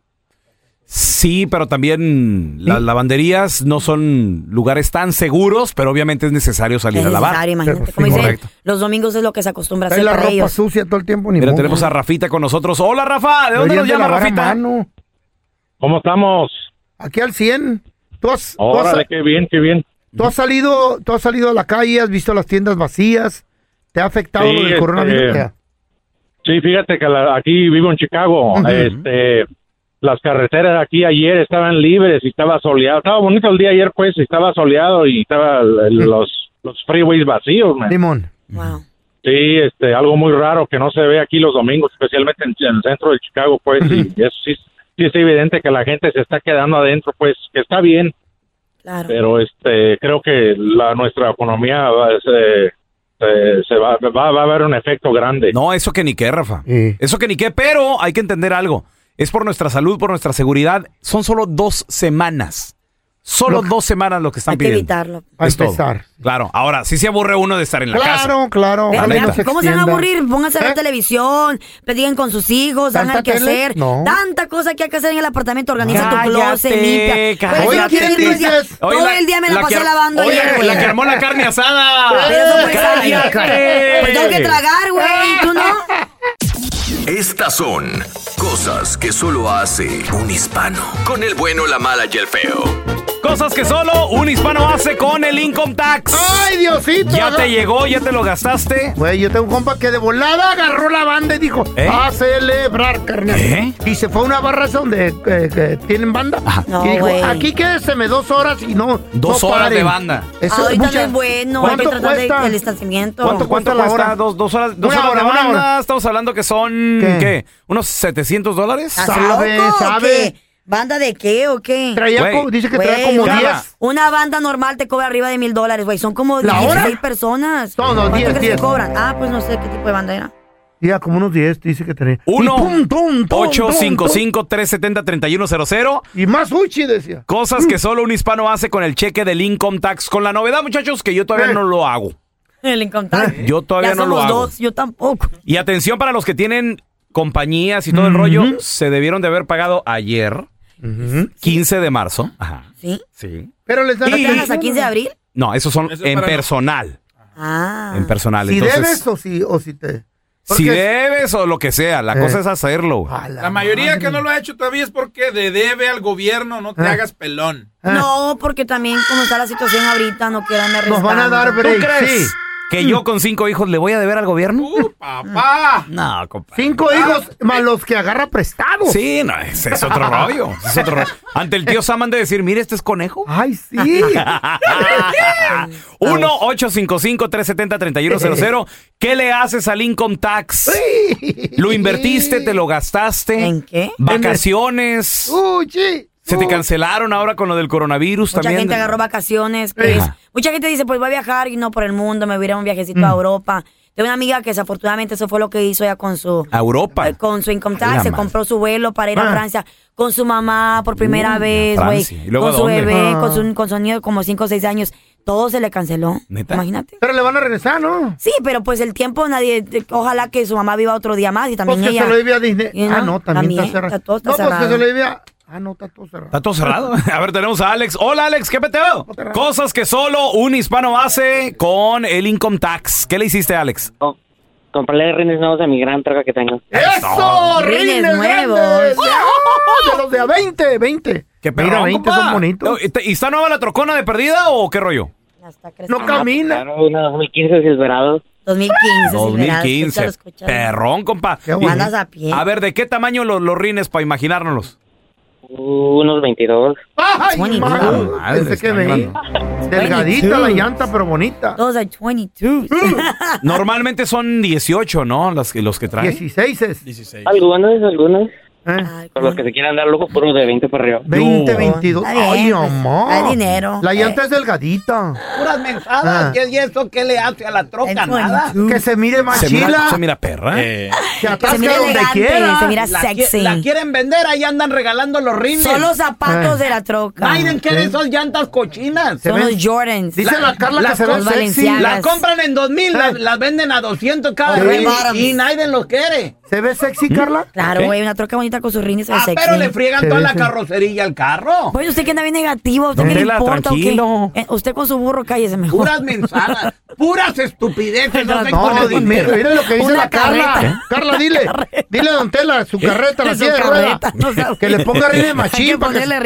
S4: Sí, pero también las lavanderías no son lugares tan seguros, pero obviamente es necesario salir
S11: Es
S4: a lavar.
S11: necesario,
S5: pues
S11: imagínate. Como dice,
S4: Correcto.
S11: los domingos es lo que se acostumbra a
S4: Trae
S11: hacer
S4: la
S11: para
S4: ropa
S11: ellos.
S5: Sucia todo el tiempo, ni
S4: Mira,
S5: modo.
S4: tenemos a Rafita con nosotros. Hola, Rafa. ¿De dónde
S5: Deberían
S4: nos llama,
S5: lavar a
S4: Rafita?
S5: mano.
S21: ¿Cómo estamos?
S5: Aquí al 100. ¿Tú has, tú has-
S21: Órale, qué bien, qué bien.
S5: tú has salido, tú has salido a la calle, has visto las tiendas vacías. ¿Te ha afectado
S21: Sí,
S5: lo del
S21: este,
S5: coronavirus? Ya.
S21: Sí, fíjate que la- aquí vivo en Chicago.
S5: Ujú.
S21: Este, las carreteras aquí ayer estaban libres y estaba soleado. Estaba bonito el día ayer, pues, y estaba soleado y estaba el- los los freeways vacíos, man.
S5: Limón.
S21: Sí, este, algo muy raro que no se ve aquí los domingos, especialmente en, en el centro de Chicago, pues, y eso sí, sí es evidente que la gente se está quedando adentro, pues, que está bien. Pero este, creo que la nuestra economía va, se, se- se va, va, va a haber un efecto grande.
S4: No, eso que ni qué, Rafa. Eso que ni qué, pero hay que entender algo. Es por nuestra salud, por nuestra seguridad. Son solo dos semanas. Solo dos semanas lo que están
S11: Hay que
S4: pidiendo.
S11: evitarlo.
S4: Es
S11: Hay que
S4: todo.
S11: empezar.
S4: Claro. Ahora, sí se aburre uno de estar en la casa.
S5: Claro, claro. ¿Eh?
S4: La
S11: Pero,
S4: neta.
S11: mira, ¿Cómo se van a aburrir? Pónganse a ver televisión, pedían con sus hijos,
S5: ¿Tanta
S11: hagan que
S5: tele?
S11: hacer.
S5: No.
S11: Tanta cosa que hay que hacer en el apartamento. Organiza
S5: Cállate,
S11: tu closet, limpia.
S5: cállate.
S11: Güey, yo
S5: Oye,
S11: quiero
S5: ¿quién
S11: ir todo el día-
S5: dices?
S11: Todo
S5: Oye, la-
S11: el día me la,
S4: la
S11: pasé
S4: que-
S11: lavando
S4: oye,
S11: ayer, güey.
S4: la que armó la carne asada.
S11: Pero eso fue
S4: Cállate.
S11: ayer. Pues tengo que tragar, güey. ¿Tú no?
S8: Estas son cosas que solo hace un hispano. Con el bueno, la mala y el feo.
S4: Cosas que solo un hispano hace con el income tax.
S5: ¡Ay, Diosito!
S4: Ya
S5: Haga-
S4: te llegó, ya te lo gastaste.
S5: Güey, yo tengo un compa que de volada agarró la banda y dijo,
S4: ¿Eh?
S5: a celebrar, carnal.
S4: ¿Eh?
S5: Y se fue a una barra esa donde eh, que tienen banda.
S11: No,
S5: y dijo,
S11: güey.
S5: aquí quédeseme dos horas y no.
S4: Dos
S5: no
S4: horas
S5: paren".
S4: de banda.
S5: Eso
S11: Ahorita
S5: mucha-
S11: no es bueno. Hay que
S5: ¿Cuánto
S11: tratar de-
S5: cuesta?
S11: el distanciamiento.
S5: ¿Cuánto cuesta la hora?
S4: Dos, dos horas, dos
S5: Una
S4: horas de
S5: hora, una
S4: banda.
S5: hora.
S4: Estamos hablando que son, ¿qué?
S5: ¿Qué?
S4: ¿Unos 700 dólares?
S11: ¿Estás loco o qué? ¿Banda de qué o qué?
S4: Traía Güey, co- dice que traía
S11: Güey,
S4: como
S11: una-
S4: 10.
S11: Una banda normal te cobra arriba de mil dólares, güey. Son como
S5: ¿La hora?
S11: 16 personas.
S5: No, no,
S11: ¿Cuánto
S5: 10,
S11: crees que
S5: 10.
S11: cobran? Ah, pues no sé qué tipo de banda era.
S5: Ya, como unos 10, dice que tenía.
S4: Uno,
S5: Y pum, tum, tum, tum, tum.
S4: 855-370-3100.
S5: Y más Uchi, decía. Mm.
S4: Cosas que solo un hispano hace con el cheque del income tax. Con la novedad, muchachos, que yo todavía no lo hago.
S11: (laughs) El incontable.
S4: Ah, Yo todavía
S11: ya
S4: no lo
S11: somos
S4: hago.
S11: dos, yo tampoco.
S4: Y atención para los que tienen compañías y todo el rollo, se debieron de haber pagado ayer, 15 de marzo. Ajá.
S11: ¿Sí?
S4: Sí.
S5: Pero les dan
S11: ¿No te dan hasta 15 de abril?
S4: No, esos son
S5: Eso es
S4: en
S5: para-
S4: personal.
S11: Ah.
S4: En personal.
S5: Si
S4: Entonces,
S5: debes o si, o si te...
S4: si
S5: porque-
S4: debes o lo que sea, la
S5: Eh.
S4: cosa es hacerlo.
S22: La mayoría que no lo ha hecho todavía es porque le debe al gobierno, no te
S4: Ah.
S22: hagas pelón.
S11: No, porque también como está la situación ahorita, no quieran arrestar.
S4: ¿Tú crees que yo con cinco hijos le voy a deber al gobierno?
S22: papá! Ah.
S4: No, compa.
S5: Cinco hijos más los que agarra prestados.
S4: Sí, no, ese es otro rollo. ese Es otro rollo. Ante el tío Saman de decir, mire, este es conejo.
S5: Ay,
S4: (laughs)
S5: sí.
S11: (laughs)
S4: 1-855-370-3100. ¿Qué le haces al income (laughs) tax? ¿Lo invertiste? ¿Te lo gastaste? ¿En
S11: qué? Uh.
S4: ¿Vacaciones?
S5: Uchi.
S4: ¿Se te cancelaron ahora con lo del coronavirus
S11: Mucha
S4: también?
S11: gente agarró vacaciones. pues.
S4: Ajá. Mm.
S11: Mucha gente dice, pues voy a viajar y no por el mundo, me voy a ir a un viajecito a Europa. Tengo una amiga que desafortunadamente eso fue lo que hizo ella con su...
S4: A Europa.
S11: eh, Con su income
S4: A la
S11: tax, se
S4: madre.
S11: compró su vuelo para ir
S4: Ah.
S11: a Francia con su mamá por primera
S4: Uy, a
S11: vez, güey.
S4: Francia. ¿Y luego
S11: Con
S4: a
S11: su
S4: dónde?
S11: bebé,
S4: Ah.
S11: con su, con su niño de como 5 o 6 años. Todo se le canceló. Imagínate.
S5: Pero le van a regresar, ¿no?
S11: Sí, pero pues el tiempo nadie... Ojalá que su mamá viva otro día más y también
S5: Pues que
S11: ella...
S5: se lo lleve a Disney.
S11: You
S5: Ah,
S11: know,
S5: no, también, está cerrado.
S11: todo está
S5: no, pues que
S11: cerrado.
S5: se lo lleve a... Ah, no, está todo cerrado.
S4: Está todo cerrado. (laughs) A ver, tenemos a Alex. Hola, Alex, ¿qué peteo? Cosas que solo un hispano hace con el income tax. ¿Qué le hiciste, Alex?
S19: Comprarle rines nuevos a mi gran troca que tengo.
S5: ¡Eso! ¡Rines,
S11: Rines
S5: nuevos!
S11: (laughs) nuevos. ¡Oh!
S5: Ah, ¡De los de a 20, 20!
S4: ¿Qué
S5: Mira, 20 son bonitos.
S4: No, ¿y está- ¿Y está nueva la trocona de perdida o qué rollo?
S5: No camina.
S19: Claro, una 2015 Silverado.
S11: 2015.
S4: 2015. Perrón, compa. Y-
S11: Andas a pie.
S4: A ver, ¿de qué tamaño los, los rines para imaginárnoslos?
S19: Unos 22.
S4: Ah,
S5: ¡Ay, madre!
S4: madre,
S5: Ese que
S4: está
S5: me-
S4: grande.
S5: Delgadita la llanta, pero bonita.
S11: Todos a
S5: (laughs)
S11: 22.
S4: Normalmente son 18, ¿no? Las que, los que traen.
S5: 16 es.
S4: 16.
S19: Algunos, algunos. Por
S11: pues.
S19: los que se quieran dar locos, por unos de 20 para arriba.
S5: 20, 22. ¡Ay, amor!
S11: pues, hay dinero.
S5: La llanta es delgadita.
S7: Puras mensadas.
S5: Ah.
S7: ¿qué- ¿Y esto qué le hace a la troca? Nada.
S5: Que se mire más
S4: Se mira,
S5: chila.
S4: se mira perra.
S5: Que
S7: Que
S5: atasca donde quiera.
S7: La qui- la quieren vender, ahí andan regalando los rines.
S11: Son los zapatos
S7: Eh.
S11: de la troca.
S7: Biden, ¿qué de esas llantas cochinas?
S11: Son los Jordans.
S7: las
S11: Las
S7: cos-
S11: Balenciagas.
S7: Las compran en 2000, las, las venden a 200 cada
S11: Red
S7: rin
S11: bottoms. ¿Mm?
S7: y nadie los quiere.
S5: ¿Se ve sexy, Carla?
S11: Claro,
S7: ¿Qué?
S11: güey, una troca bonita con sus rines de
S7: Ah,
S11: sexy.
S7: pero le friegan toda la carrocería al carro.
S11: Oye, usted que anda bien negativo, ¿a ¿usted qué le
S7: Tela,
S11: importa o qué?
S7: tranquilo.
S11: Eh, Usted con su burro cállese mejor.
S7: Puras mensadas, puras estupideces. No, sé
S5: No,
S7: cómo
S5: di- mira,
S7: dinero.
S5: mira lo que dice
S7: Una
S5: la Carla.
S7: carreta.
S5: Carla, dile. Dile a Don Tela, su
S7: ¿Qué?
S5: carreta, la
S7: Su
S5: silla de rueda.
S7: carreta, no sabe.
S5: que le ponga
S11: (laughs)
S5: rines machín.
S7: Hay que
S5: para
S7: ponerle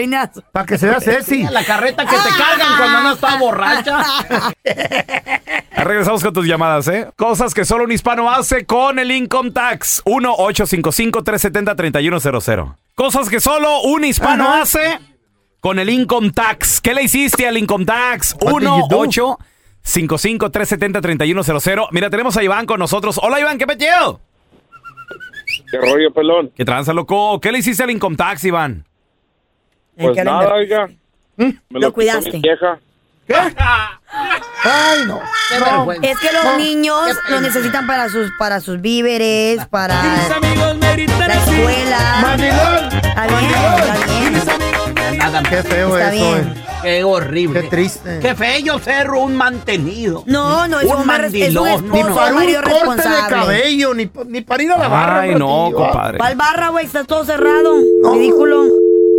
S5: Para que se vea sexy.
S7: (laughs) La carreta que te cargan cuando no está borracha.
S4: Ya Ah, Regresamos con tus llamadas, ¿eh? Cosas que solo un hispano hace con el Income Tax. 1-855-370-3100. Cosas que solo un hispano hace con el Income Tax. ¿Qué le hiciste al Income Tax? 1-855-370-3100. Mira, tenemos a Iván con nosotros. Hola, Iván, ¿qué peteo?
S17: ¿Qué rollo, pelón?
S4: ¿Qué tranza, loco? ¿Qué le hiciste al Income Tax, Iván?
S17: Pues nada, oiga. Me lo, cuidaste. Mi vieja.
S4: (laughs)
S5: Ay, no.
S11: No,
S7: vergüenza.
S11: es que los niños lo necesitan para sus para sus víveres, para la escuela. Está bien, está bien.
S7: Nada,
S5: qué feo
S11: Está
S5: eso.
S11: bien.
S5: eh.
S7: Qué horrible.
S5: Qué triste.
S7: Qué feo ser un mantenido.
S11: No, no, es un hombre- es un esposo,
S5: Ni para un
S11: marido
S5: corte de
S11: responsable.
S5: cabello, ni, pa- ni para ir a la barra.
S4: Ay,
S5: hombre,
S4: no,
S5: tío.
S4: compadre.
S11: ¿Cuál barra, güey? Está todo cerrado. Ridículo.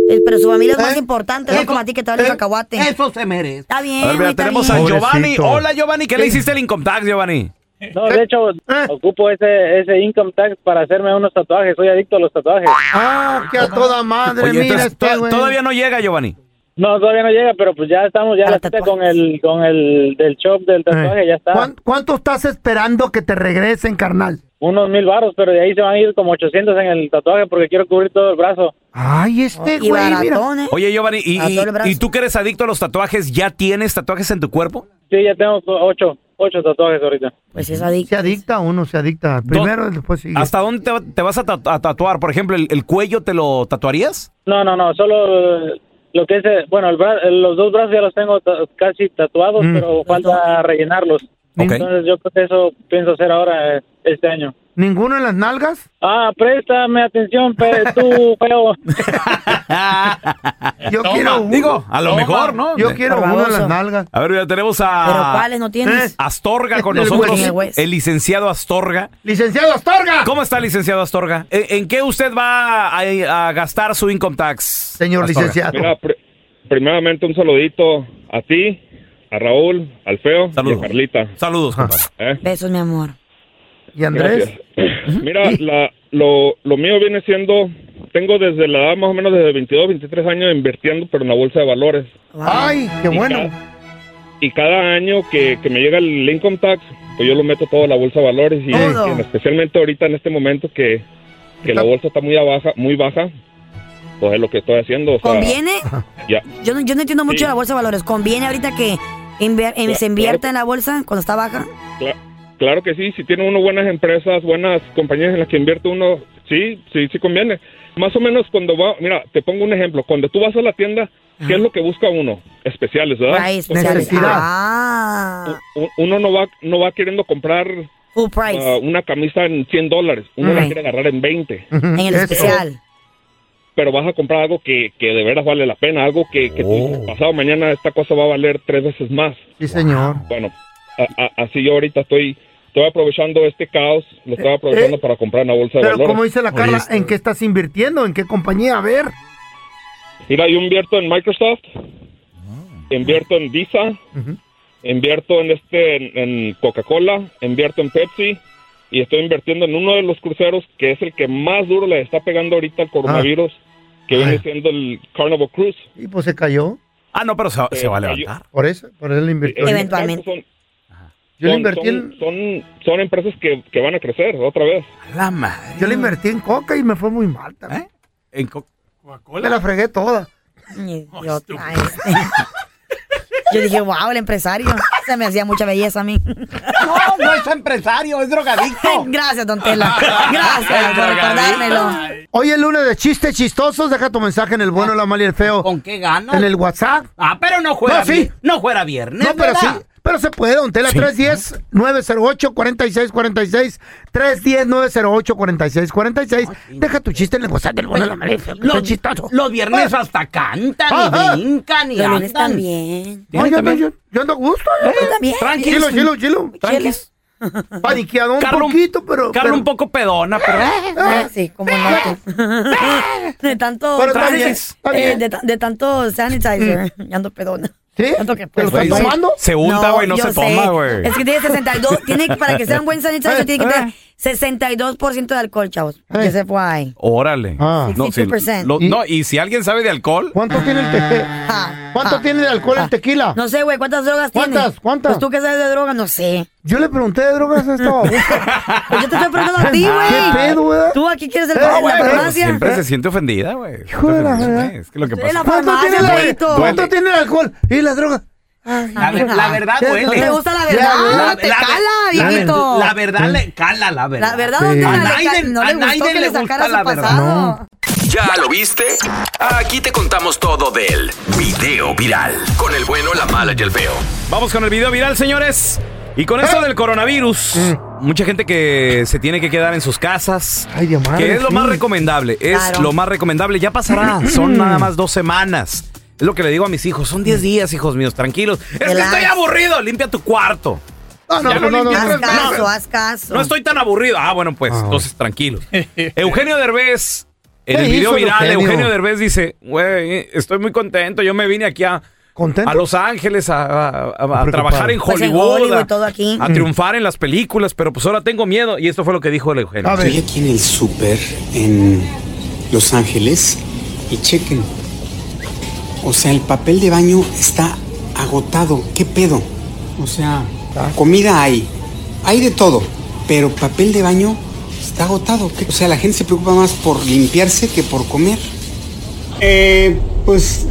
S11: Eh, Pero su familia es más importante, no como a ti que te vale cacahuate.
S7: Eso se merece.
S11: Está
S4: A
S11: bien,
S4: ver, mira,
S11: güey, está
S4: tenemos a
S11: bien.
S4: Giovanni.
S17: Pobrecito.
S4: Hola, Giovanni, ¿qué le
S17: Sí.
S4: hiciste al Income Tax, Giovanni?
S17: No, de hecho,
S5: Eh.
S17: ocupo ese, ese income tax para hacerme unos tatuajes. Soy adicto a los tatuajes.
S5: Ah, que a toda madre,
S4: Oye,
S5: mira
S4: entonces,
S5: este
S4: to-
S5: güey.
S4: todavía no llega, Giovanni.
S17: No, todavía no llega, pero pues ya estamos, ya la cita con el, con el del shop
S5: Eh.
S17: del tatuaje, ya está.
S5: ¿Cuán- ¿Cuánto estás esperando que te regresen, carnal?
S17: Unos mil baros, pero de ahí se van a ir como 800 en el tatuaje porque quiero cubrir todo el brazo.
S5: Ay, este güey, mira.
S4: Oye, Giovanni, ¿y,
S17: A todo el brazo.
S4: y, y tú que eres adicto a los tatuajes, ¿ya tienes tatuajes en tu cuerpo?
S17: Sí, ya tengo ocho, ocho tatuajes ahorita.
S11: Pues es adicto.
S5: Se adicta uno, se adicta. Primero y después sigue.
S4: ¿Hasta dónde te, va- te vas a, ta- a tatuar? Por ejemplo, ¿el, el cuello te lo tatuarías?
S17: No, no, no, solo eh, lo que es, eh, bueno, el bra- eh, los dos brazos ya los tengo ta- casi tatuados,
S4: Mm.
S17: pero falta rellenarlos.
S4: Ok.
S17: Entonces yo creo que eso pienso hacer ahora eh, este año.
S5: ¿Ninguno en las nalgas?
S17: Ah, préstame atención, pe- tú,
S7: (laughs)
S17: feo.
S5: (laughs) Yo quiero uno.
S4: Digo, a lo
S5: Toma.
S4: mejor, ¿no?
S5: Yo quiero uno en las nalgas.
S4: A ver, ya tenemos a...
S5: ¿Pero cuáles no tienes?
S4: ¿Eh? Astorga con
S5: (laughs) El
S4: nosotros,
S5: West.
S4: el licenciado Astorga.
S5: ¡Licenciado Astorga!
S4: ¿Cómo está, licenciado Astorga? ¿En, en qué usted va a, a gastar su income tax? Señor
S23: Mira, pr- primeramente un saludito a ti, a Raúl, al Feo y a Carlita. ¿Eh?
S4: Saludos, compadre.
S11: Besos, mi amor.
S5: ¿Y
S17: Andrés?
S23: Gracias. Mira, la- lo, lo mío viene siendo, tengo desde la edad más o menos de 22, 23 años invirtiendo, pero en la bolsa de valores.
S5: Ay, qué
S23: Y
S5: bueno.
S23: cada- Y cada año que, que me llega el income tax, pues yo lo meto todo a la bolsa de valores y,
S5: Todo.
S23: y en- especialmente ahorita en este momento que, que la bolsa está muy abaja, muy baja, pues es lo que estoy haciendo. o sea,
S11: ¿Conviene?
S23: Ya.
S11: Yo no, yo no entiendo mucho
S23: Sí.
S11: de la bolsa de valores. ¿Conviene ahorita que invier- eh,
S23: Claro,
S11: se invierta en la bolsa cuando está baja?
S23: Cla- claro que sí, si tiene uno buenas empresas, buenas compañías en las que invierte uno, sí, sí, sí conviene. Más o menos cuando va, mira, te pongo un ejemplo, cuando tú vas a la tienda, ¿qué es lo que busca uno? Especiales, ¿verdad?
S11: Ay, especiales.
S23: Entonces,
S11: Ah,
S23: u- uno no va, no va queriendo comprar
S11: Full price.
S23: ah, una camisa en 100 dólares, uno la
S11: Right.
S23: quiere agarrar en 20.
S11: En el especial.
S23: Pero vas a comprar algo que, que de veras vale la pena, algo que, que tú dices, pasado mañana esta cosa va a valer tres veces más.
S5: Sí, señor.
S17: "Ah,
S23: Bueno, a- a- así yo ahorita estoy, estoy aprovechando este caos, lo estoy aprovechando para comprar una bolsa de
S5: Eh, Pero
S23: valores.
S5: como dice la Carla, ¿en qué estás invirtiendo? ¿En qué compañía? A ver.
S23: Mira, yo invierto en Microsoft, invierto en Visa, invierto en este, en, en Coca-Cola, invierto en Pepsi y estoy invirtiendo en uno de los cruceros que es el que más duro le está pegando ahorita al coronavirus,
S5: Ah.
S23: que viene siendo el Carnival Cruise. Eh,
S5: Y pues se cayó.
S4: Ah, no, pero se,
S17: Eh,
S4: va- se va a levantar.
S5: Por eso, por eso le invirtió.
S11: Eventualmente.
S5: Yo le
S23: Son-
S5: invertí
S23: son, son, son empresas que, que van a crecer otra vez.
S4: La madre.
S5: Yo le invertí en coca y me fue muy mal también.
S4: En co-
S5: Me la fregué toda.
S11: Idiota este. Yo dije, wow, el empresario. Se me hacía mucha belleza a mí.
S7: No, no es empresario, es drogadicto.
S11: (laughs) Gracias, don Tela. Gracias por recordármelo.
S5: Hoy es lunes de chistes chistosos. Deja tu mensaje en el bueno, la mala y el feo. ¿Con
S7: qué ganas?
S5: En el WhatsApp.
S7: Ah, pero no juega,
S5: No, sí.
S7: vier- no juega viernes.
S5: No, pero sí.
S7: ¿verdad?
S5: Pero se puede, don Tela. 310-908-4646. 310-908-4646. Deja tu chiste en el WhatsApp del bueno, la mala y el feo. que
S7: Los,
S5: está chistoso. Ah.
S7: los viernes hasta cantan
S5: Ajá.
S7: y brincan y
S5: Los lunes
S7: andan.
S5: No, yo, ando- yo, yo ando a gusto.
S11: Eh,
S5: yo. Tranquilo, chilo, chilo.
S7: Tranquilos.
S5: Paniqueado un poquito, pero... Eh,
S4: Carla un poco pedona, pero...
S11: Ah, Sí, como no. tú. De tanto.
S5: Pero está bien, está
S11: eh,
S5: bien.
S11: de, ta- de tanto sanitizer. Ya ando pedona.
S5: ¿Sí?
S11: Tanto que, pues,
S4: ¿Pero estás tomando? Se unta, güey, no
S11: yo
S4: se toma, güey.
S11: Es que tiene 62. tiene, que- para que sea un buen sanitizer, tiene que tener 62% de alcohol, chavos. Que se fue ahí.
S4: Órale. no, sí,
S11: 62%.
S4: lo- no, y si alguien sabe de alcohol...
S5: Ah. ¿Cuánto tiene el ¿Cuánto tiene de alcohol el tequila?
S11: Ah. No sé, güey, ¿cuántas drogas tiene?
S5: ¿Cuántas? ¿Cuántas?
S11: Pues tú que sabes de drogas, no sé.
S5: Yo le pregunté de drogas a esta babosa.
S11: Pues yo te estoy preguntando a ti, güey.
S5: ¿Qué pedo, güey?
S11: Tú aquí quieres el
S5: Eh,
S11: en
S5: güey,
S11: la
S5: pero
S11: farmacia.
S4: Siempre se siente ofendida, güey.
S5: Hijo de la verdad.
S4: Es que lo que
S11: Tú eres
S4: pasa...
S11: la farmacia,
S5: tiene el
S11: güey.
S5: alcohol? ¿Cuánto tiene el alcohol? ¿Y las drogas?
S7: La, ver- la verdad
S5: Ya,
S7: duele.
S5: no te gusta la verdad,
S11: te cala,
S7: la ver-
S11: viejito.
S7: La
S8: ¿Eh?
S7: verdad le cala, la verdad.
S11: (laughs) La verdad,
S7: Sí.
S11: don Tela,
S7: A
S11: le ca-
S7: Naiden-
S11: no le
S7: a
S11: gustó
S7: Naiden
S11: que le
S7: gusta
S11: sacara su
S7: la verdad.
S11: pasado.
S8: ¿Ya lo viste? Aquí te contamos todo del video viral. Con el bueno, la mala y el feo.
S4: Vamos con el video viral, señores. Y con esto del coronavirus, mucha gente que se tiene que quedar en sus casas,
S5: Ay, Dios madre,
S4: que es lo
S5: sí.
S4: más recomendable, es
S5: Claro.
S4: lo más recomendable, ya pasará, son nada más dos semanas. Es lo que le digo a mis hijos, son 10 días, hijos míos, tranquilos. Es que
S11: Relax.
S4: estoy aburrido, limpia tu cuarto.
S5: No, Ah, no,
S4: Ya
S5: no,
S4: lo
S5: no, no,
S4: limpié
S5: no,
S11: Haz
S4: tres veces.
S11: caso, haz caso.
S4: No estoy tan aburrido. Ah, bueno, pues, entonces tranquilo. Eugenio Derbez, en
S5: ¿Qué
S4: el video
S5: hizo el
S4: viral, Eugenio?
S5: Eugenio?
S4: Derbez dice, güey, estoy muy contento, yo me vine aquí a... A Los Ángeles, a, a- a- a trabajar en
S11: Pues en
S4: Hollywood,
S11: Hollywood,
S4: a-
S11: todo aquí.
S4: a
S11: Mm.
S4: triunfar en las películas, pero pues ahora tengo miedo. Y esto fue lo que dijo el Eugenio.
S24: Estoy aquí en el súper en Los Ángeles y chequen. O sea, el papel de baño está agotado. ¿Qué pedo? O sea, comida hay. Hay de todo. Pero papel de baño está agotado. ¿Qué- O sea, la gente se preocupa más por limpiarse que por comer. Eh, pues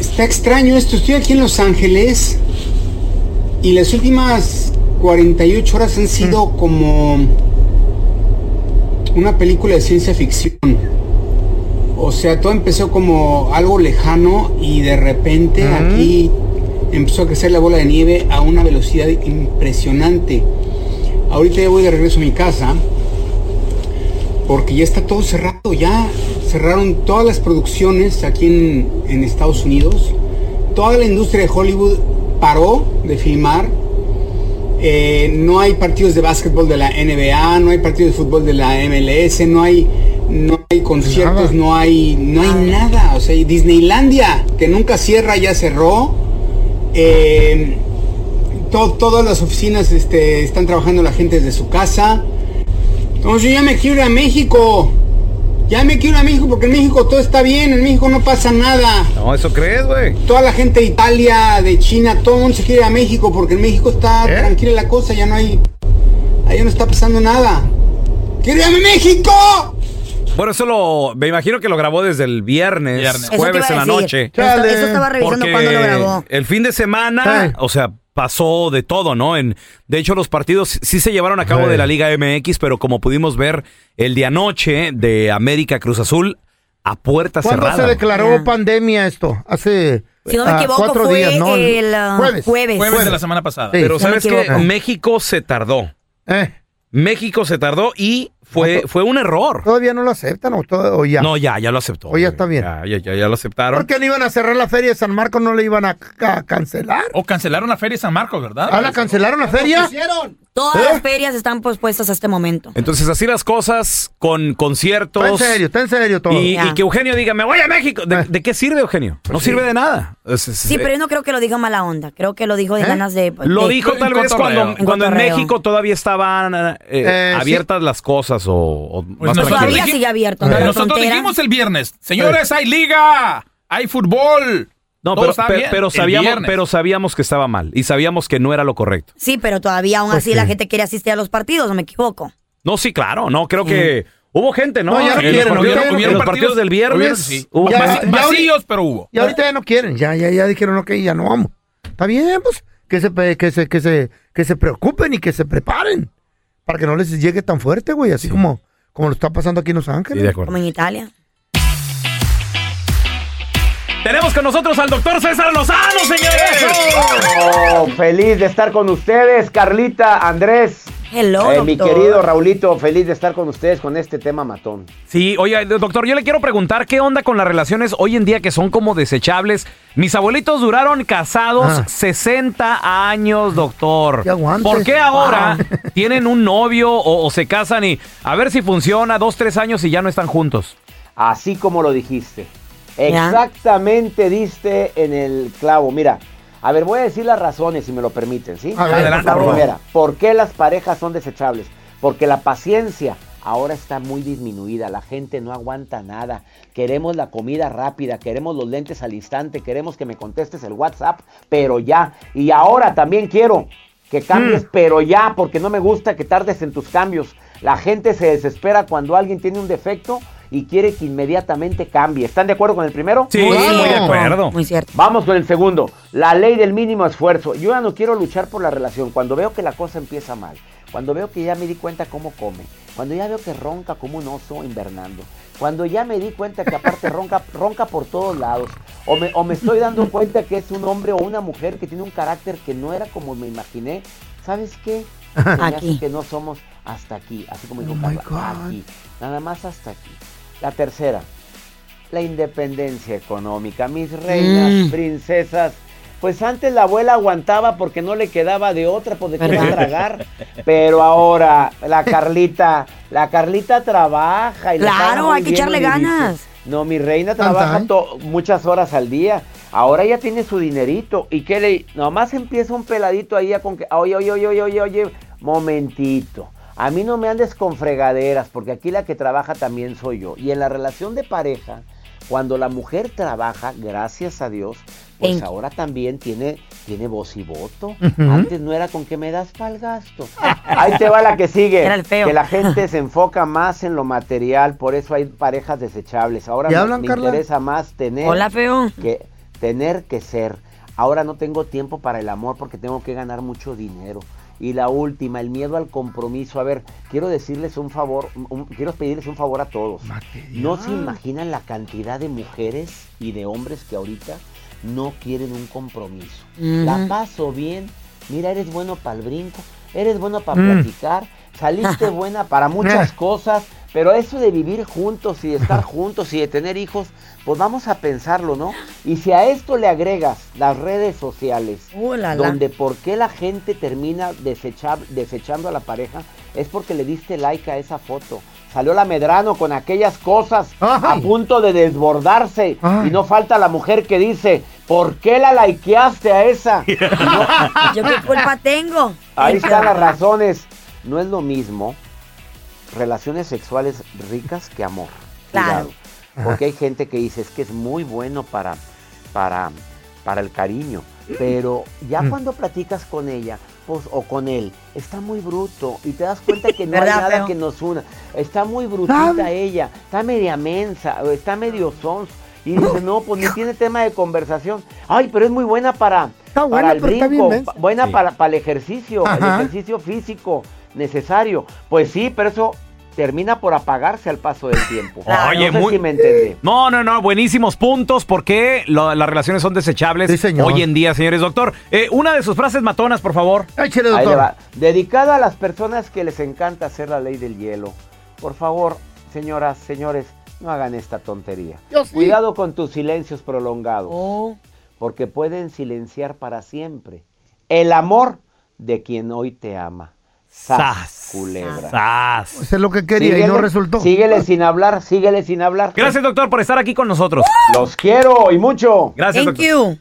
S24: está extraño esto. Estoy aquí en Los Ángeles y las últimas 48 horas han sido como una película de ciencia ficción. O sea, todo empezó como algo lejano y de repente aquí empezó a crecer la bola de nieve a una velocidad impresionante. Ahorita ya voy de regreso a mi casa porque ya está todo cerrado, ya cerraron todas las producciones aquí en, en Estados Unidos. Toda la industria de Hollywood paró de filmar eh, no hay partidos de básquetbol de la NBA, no hay partidos de fútbol de la MLS, no hay, no hay conciertos, no hay, no hay nada. O sea, y Disneylandia, que nunca cierra, ya cerró. Eh, to- todas las oficinas este, están trabajando la gente desde su casa. Entonces yo ya me quiero ir a México. Ya me quiero ir a México porque en México todo está bien, en México no pasa nada.
S4: No, ¿eso crees, güey?
S24: Toda la gente de Italia, de China, todo el mundo se quiere ir a México porque en México está tranquila la cosa, ya no hay. Ahí no está pasando nada. ¡Quiero irme a México!
S4: Bueno, eso lo. Me imagino que lo grabó desde el viernes,
S24: Viernes.
S11: Eso
S4: jueves
S11: te
S4: en
S11: iba a
S4: la
S11: decir.
S4: noche.
S11: Eso- eso estaba revisando
S4: Porque
S11: cuándo lo grabó.
S4: El fin de semana, o sea, pasó de todo, ¿no? En, de hecho, los partidos sí se llevaron a cabo de la Liga MX, pero como pudimos ver el de anoche de América Cruz Azul, a puerta
S5: ¿Cuándo
S4: cerrada.
S5: se declaró pandemia esto? Hace
S11: Si no me
S5: ah,
S11: equivoco,
S5: cuatro
S11: fue
S5: días, ¿no?
S11: el, ah,
S5: jueves.
S11: jueves. Jueves de la
S5: semana Eh.
S4: Pero ¿sabes que México se tardó. México se tardó y fue, fue un error.
S5: Todavía no lo aceptan o, to- o Oh, ya.
S4: No, ya, ya lo aceptó.
S5: O ya está bien.
S4: Ya, ya, ya, ya lo aceptaron.
S5: ¿Por qué no iban a cerrar la feria de San Marcos? ¿No le iban a, ca- cancelar?
S9: O cancelaron la feria de San Marcos, ¿verdad?
S5: Ah, ¿la cancelaron la feria? ¿Eh?
S11: Todas las ferias están pospuestas a este momento.
S4: Entonces, así las cosas con conciertos.
S5: Está en serio, está en serio todo. Eh.
S4: Y,
S11: Ya.
S4: y que Eugenio diga, me voy a México. ¿De, de qué sirve, Eugenio?
S5: Pues
S4: No sirve de nada. Es- eh, es-
S11: Sí, pero yo no creo que lo diga mala onda. Creo que lo dijo de
S5: ¿Eh?
S11: ganas de.
S4: Lo
S11: de-
S4: dijo tal vez cuando, cuando en
S11: cotorreo.
S4: México todavía estaban eh,
S11: Eh,
S4: abiertas las cosas o, o más
S9: nosotros
S4: tranquilas.
S11: Todavía sigue abierto. ¿no?
S9: Nosotros
S11: La frontera.
S9: dijimos el viernes, señores,
S5: Eh.
S9: hay liga, hay fútbol.
S4: No,
S9: Todo
S4: pero,
S9: está
S4: pero-
S9: bien.
S4: pero
S9: El
S4: sabíamos,
S9: viernes.
S4: pero sabíamos que estaba mal y sabíamos que no era lo correcto.
S11: Sí, pero todavía aún
S4: Pues
S11: así
S4: sí.
S11: la gente quiere asistir a los partidos, no me equivoco.
S4: No, sí, claro, no, creo que hubo gente, ¿no?
S5: Mm. No, ya no
S4: En los
S5: quieren,
S4: partidos-
S5: ahorita ya no
S4: en
S5: quieren.
S4: los partidos del viernes
S5: Hubieron, sí.
S4: hubo
S5: Ya,
S4: vaci-
S5: ya ahorita-
S9: pero hubo.
S5: Y ahorita ya no quieren, ya, ya, ya dijeron, ok, ya no vamos. Está bien, pues, que se, pe- que se, que se, que se preocupen y que se preparen para que no les llegue tan fuerte, güey, así como, como lo está pasando aquí en Los Ángeles.
S4: Sí, de acuerdo.
S11: Como en Italia.
S4: Tenemos con nosotros al doctor César Lozano, señores.
S25: Oh, feliz de estar con ustedes, Carlita, Andrés.
S11: Hello,
S25: Eh, mi
S4: doctor.
S25: querido Raulito, feliz de estar con ustedes con este tema matón.
S4: Sí, oye, doctor, yo le quiero preguntar qué onda con las relaciones hoy en día que son como desechables. Mis abuelitos duraron casados 60 años, doctor. ¿Por qué ahora (laughs) tienen un novio o, o se casan y a ver si funciona dos, tres años y ya no están juntos?
S25: Así como lo dijiste. Exactamente diste en el clavo. Mira, a ver, voy a decir las razones, si me lo permiten, ¿sí?
S4: A ver, adelante,
S25: La
S4: por favor.
S25: primera, ¿por qué las parejas son desechables? Porque la paciencia ahora está muy disminuida, la gente no aguanta nada. Queremos la comida rápida, queremos los lentes al instante, queremos que me contestes el WhatsApp, pero ya. Y ahora también quiero que
S4: Mm.
S25: cambies, pero ya, porque no me gusta que tardes en tus cambios. La gente se desespera cuando alguien tiene un defecto y quiere que inmediatamente cambie. ¿Están de acuerdo con el primero?
S4: Sí, Muy muy de cierto, acuerdo.
S11: Muy cierto.
S25: Vamos con el segundo. La ley del mínimo esfuerzo. Yo ya no quiero luchar por la relación. Cuando veo que la cosa empieza mal, cuando veo que ya me di cuenta cómo come, cuando ya veo que ronca como un oso invernando, cuando ya me di cuenta que aparte ronca, ronca por todos lados, o me, o me estoy dando cuenta que es un hombre o una mujer que tiene un carácter que no era como me imaginé, ¿sabes
S11: (laughs)
S25: qué? Se me hace
S11: Aquí.
S25: que no somos hasta aquí, así como dijo
S11: Oh, my
S25: Carla, aquí, nada más hasta aquí. La tercera, la independencia económica, mis reinas,
S11: Mm.
S25: princesas. Pues antes la abuela aguantaba porque no le quedaba de otra, pues de qué
S11: ¿Verdad?
S25: tragar. Pero ahora la Carlita, la Carlita trabaja y le
S11: Claro,
S25: pagan muy
S11: hay que
S25: bien,
S11: echarle
S25: Olivia.
S11: ganas.
S25: No, mi reina
S11: Tanta,
S25: trabaja
S11: ¿eh?
S25: to- muchas horas al día. Ahora ya tiene su dinerito. ¿Y qué le.? Nomás empieza un peladito ahí a con que. Oye, oye, oye, oye, oye, oye. Momentito. A mí no me andes con fregaderas, porque aquí la que trabaja también soy yo. Y en la relación de pareja, cuando la mujer trabaja, gracias a Dios, pues ahora también tiene, tiene voz y voto.
S26: Ujú.
S25: Antes no era con que me das para el gasto. Ahí te va la que sigue.
S26: Era el feo.
S25: Que la gente se enfoca más en lo material, por eso hay parejas desechables. Ahora
S11: ¿Ya
S25: me,
S11: hablan,
S25: me
S11: Carla?
S25: interesa más tener
S11: Hola, feo.
S25: que tener que ser. Ahora no tengo tiempo para el amor porque tengo que ganar mucho dinero. Y la última, el miedo al compromiso. A ver, quiero decirles un favor, un- quiero pedirles un favor a todos. No se imaginan la cantidad de mujeres y de hombres que ahorita no quieren un compromiso. La
S26: Ujú.
S25: paso bien. Mira, eres bueno para el brinco, eres bueno para
S26: Mm.
S25: platicar, saliste buena para muchas
S26: Eh.
S25: cosas, pero eso de vivir juntos y de estar juntos y de tener hijos, pues vamos a pensarlo, ¿no? Y si a esto le agregas las redes sociales,
S11: la, la.
S25: donde por qué la gente termina desecha- desechando a la pareja, es porque le diste like a esa foto. Salió la Medrano con aquellas cosas a punto de desbordarse. Y no falta la mujer que dice, ¿por qué la likeaste a esa? Y no-
S11: ¿Yo qué culpa tengo?
S25: Ahí
S11: Pero-
S25: están las razones. No es lo mismo relaciones sexuales ricas que amor.
S11: Claro.
S25: Cuidado. Porque hay gente que dice es que es muy bueno para, para, para el cariño. Pero ya
S26: Mm.
S25: cuando platicas con ella pues, o con él, está muy bruto y te das
S26: (laughs)
S25: cuenta que no hay
S26: ¿Verdad,
S25: nada
S26: feo?
S25: que nos una. Está muy brutita ella, está media mensa, o está medio sons. Y dice, no, pues
S26: (laughs)
S25: ni tiene tema de conversación. Ay, pero es muy buena para,
S26: buena,
S25: para el
S26: pero está bien
S25: brinco,
S26: mensa.
S25: pa- buena
S26: Sí.
S25: para, para el ejercicio, el
S26: Ajá.
S25: ejercicio físico necesario. Pues sí, pero eso termina por apagarse al paso del tiempo.
S4: Oye,
S25: no sé
S4: muy-
S25: si me entendí.
S4: No, no, no, buenísimos puntos porque lo- las relaciones son desechables hoy en día, señores. Doctor, eh, una de sus frases matonas, por favor.
S25: Ahí le va. Dedicada a las personas que les encanta hacer la ley del hielo. Por favor, señoras, señores, no hagan esta tontería.
S11: Yo sí.
S25: Cuidado con tus silencios prolongados. Porque pueden silenciar para siempre el amor de quien hoy te ama. Sas, culebra.
S5: Eso Pues es lo que quería y no
S25: Síguele,
S5: resultó.
S25: Síguele sin hablar, síguele sin hablar.
S4: Gracias, doctor, por estar aquí con nosotros.
S25: Los quiero y mucho.
S4: Gracias,
S25: Thank
S4: doctor.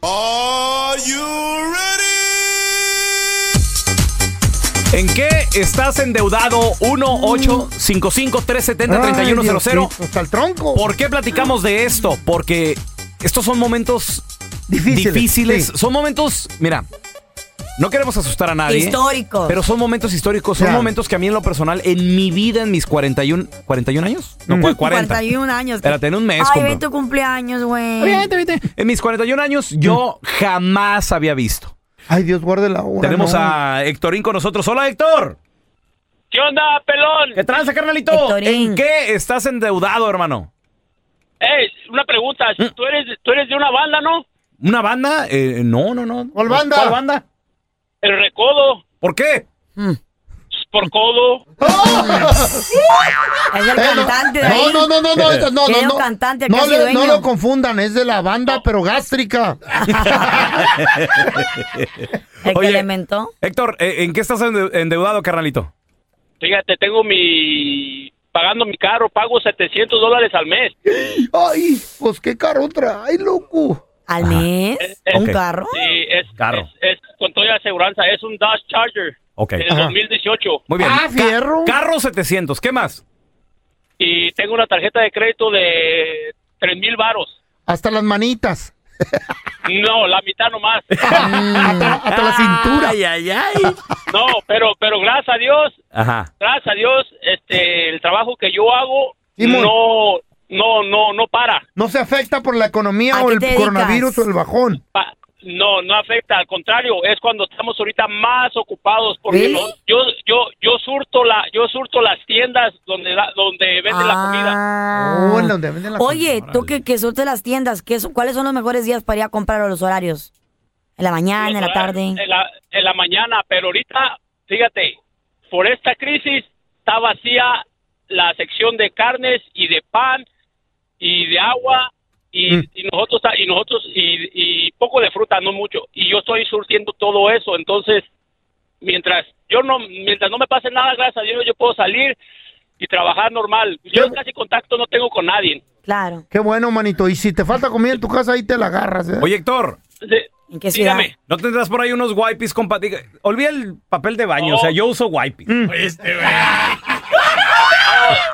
S4: ¿En qué estás endeudado? 1-855-370-3100.
S5: Ay, Hasta el tronco.
S4: ¿Por qué platicamos de esto? Porque estos son momentos difíciles. Son momentos, mira, no queremos asustar a nadie.
S11: Históricos.
S4: Pero son momentos históricos. Son
S11: Ya.
S4: momentos que a mí en lo personal, en mi vida, en mis 41... ¿41 años? No, cua- 40.
S11: 41 años.
S4: Espérate, en un mes,
S11: Ay,
S4: compa.
S11: ven tu cumpleaños, güey.
S4: Vente, vente. En mis 41 años yo jamás había visto.
S5: Ay, Dios guarde la hora.
S4: Tenemos
S5: no.
S4: a Héctorín con nosotros. Hola, Héctor.
S19: ¿Qué onda, pelón?
S4: ¿Qué tranza, carnalito? ¿En qué estás endeudado, hermano?
S19: Eh, una pregunta.
S5: Mm.
S19: ¿Tú eres, tú eres de una banda, ¿no?
S4: ¿Una banda? Eh, no, no, no. ¿Cuál
S19: banda?
S4: ¿Cuál banda?
S19: El recodo.
S4: ¿Por qué?
S19: Por codo.
S11: (laughs) Es el
S5: ¡Oh! Eh, no.
S11: cantante de
S5: no,
S11: ahí.
S5: no, no, no, no, esta- no,
S11: Era
S5: no,
S11: un
S5: no.
S11: cantante,
S5: No
S11: casi
S5: le-
S11: dueño. Oh.
S5: no lo confundan, es de la banda, pero
S11: (laughs)
S5: gástrica.
S11: El
S4: Oye,
S11: que le mentó.
S4: Héctor, eh, ¿en qué estás ende- endeudado, carnalito?
S19: Fíjate, tengo mi... Pagando mi carro, pago 700 dólares al mes.
S5: Ay, pues qué caro trae, loco.
S11: ¿Al mes?
S19: Ok. Sí, es,
S4: Carro.
S19: es con toda aseguranza. Es un Dodge Charger.
S4: Ok.
S19: Del
S4: Ajá.
S19: 2018.
S4: Muy bien.
S19: Ah,
S5: Ah,
S4: Ca- carro 700, ¿qué más?
S19: Y tengo una tarjeta de crédito de 3 mil varos.
S5: Hasta las manitas.
S19: No, la mitad nomás.
S5: (laughs) hasta, hasta la cintura.
S4: Ay, ay, ay.
S19: No, pero, pero gracias a Dios,
S4: Ajá.
S19: gracias a Dios, este, el trabajo que yo hago
S5: Simón.
S19: no, no, no, no para.
S5: No se afecta por la economía
S19: ¿A
S5: o
S19: qué
S5: el
S19: te dedicas?
S5: coronavirus o el bajón.
S19: Pa- No, no afecta, al contrario, es cuando estamos ahorita más ocupados porque
S5: ¿Sí?
S19: no- yo, yo, yo surto la, yo surto las tiendas donde, la- donde venden
S11: Ah,
S19: la comida.
S5: Oh, en donde venden la
S11: Oye, tú que, que surtes las tiendas, ¿qué son- ¿cuáles son los mejores días para ir a comprar o los horarios? ¿En la mañana, en la tarde?
S19: En la, en la mañana, pero ahorita, fíjate, por esta crisis está vacía la sección de carnes y de pan y de agua y,
S27: Mm.
S19: y nosotros ta- y nosotros y, y poco de fruta, no mucho. Y yo estoy surtiendo todo eso, entonces mientras yo no mientras no me pase nada, gracias a Dios yo puedo salir y trabajar normal. Yo casi contacto no tengo con nadie.
S11: Claro.
S5: Qué bueno, manito. Y si te falta comida en tu casa, ahí te la agarras. ¿eh?
S4: Oye, Héctor.
S11: ¿En qué
S5: ciudad?
S19: Dígame.
S4: ¿No tendrás por ahí unos wipes, compa? Diga, Olvida el papel de baño, o sea, yo uso wipes.
S5: Mm.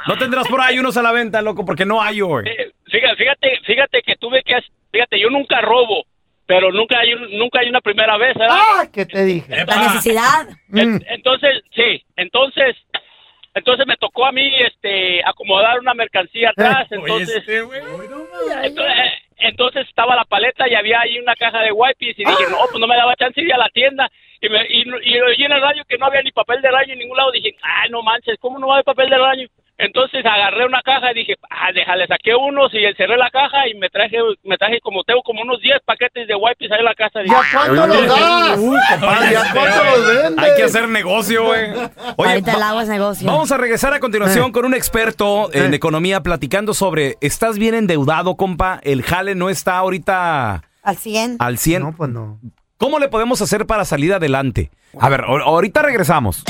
S4: no tendrás por ahí unos a la venta, loco, porque no hay, güey.
S19: Eh, Fíjate, fíjate, fíjate que tuve que, hac- fíjate, yo nunca robo, pero nunca hay, un- nunca hay una primera vez, ¿verdad?
S5: Ah, ¿Qué te dije? Mm.
S11: La necesidad.
S19: En- entonces, sí, entonces, entonces me tocó a mí, este, acomodar una mercancía atrás,
S22: Eh, oye,
S19: entonces, entonces, eh, entonces estaba la paleta y había ahí una caja de wipes y dije, no, pues no me daba chance de ir a la tienda y, me, y, no- y oí en el radio que no había ni papel de baño en ningún lado, dije, ay, no manches, ¿cómo no va a haber papel de baño? Entonces agarré una caja y dije, ah, déjale, saqué unos y cerré la caja y me traje, me traje como tengo como unos 10 paquetes de wipes ahí en la casa. Dije,
S5: cuánto los das?
S4: Uy, compadre,
S5: Ay, ¿a cuánto los vendes?
S4: Hay que hacer negocio, güey. Oye,
S11: Ahorita el
S4: va-
S11: agua es negocio.
S4: Vamos a regresar a
S5: Eh.
S4: continuación con un experto en economía platicando sobre, ¿estás bien endeudado, compa? El jale no está ahorita
S11: Al 100.
S4: al 100. No,
S5: pues no.
S4: ¿Cómo le podemos hacer para salir adelante? A ver, ahor- ahorita regresamos.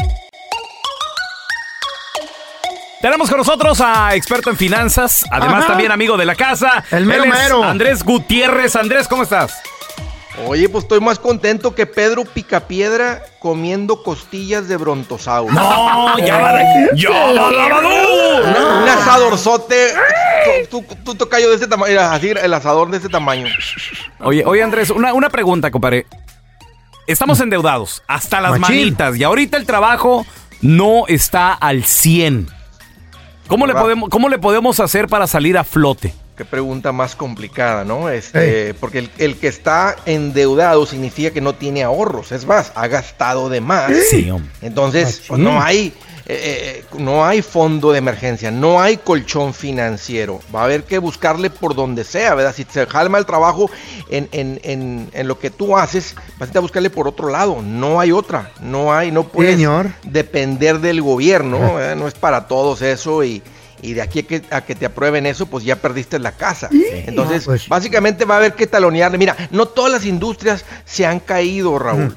S4: Tenemos con nosotros a experto en finanzas, además
S13: Ajá.
S4: también amigo de la casa.
S13: El mero
S4: Él es
S13: mero.
S4: Andrés Gutiérrez. Andrés, ¿cómo estás?
S13: Oye, pues estoy más contento que Pedro Picapiedra comiendo costillas de brontosaurus.
S4: No, ya va- ya va la Badú.
S13: Un- Un asadorzote. Tú, tú, tú tocayo de este tamaño. Mira, Así, el asador de este tamaño.
S4: Oye, oye Andrés, una, una pregunta, compadre. Estamos endeudados hasta las
S13: Machín.
S4: manitas y ahorita el trabajo no está al 100. ¿Cómo le,
S13: Correcto.
S4: podemos, ¿Cómo le podemos hacer para salir a flote?
S13: Qué pregunta más complicada, ¿no? Este, porque el, el que está endeudado significa que no tiene ahorros. Es más, ha gastado de más.
S4: Sí, hombre.
S13: Entonces, pues, no hay. eh, eh, no hay fondo de emergencia, no hay colchón financiero. Va a haber que buscarle por donde sea, ¿verdad? Si se jalma el trabajo en, en- en- en lo que tú haces, vas a buscarle por otro lado. No hay otra, no hay, no puedes
S5: Señor.
S13: depender del gobierno, ¿verdad? no es para todos eso y, y de aquí a que, a que te aprueben eso, pues ya perdiste la casa. Entonces,
S5: No, pues.
S13: básicamente va a haber que talonearle. Mira, no todas las industrias se han caído, Raúl.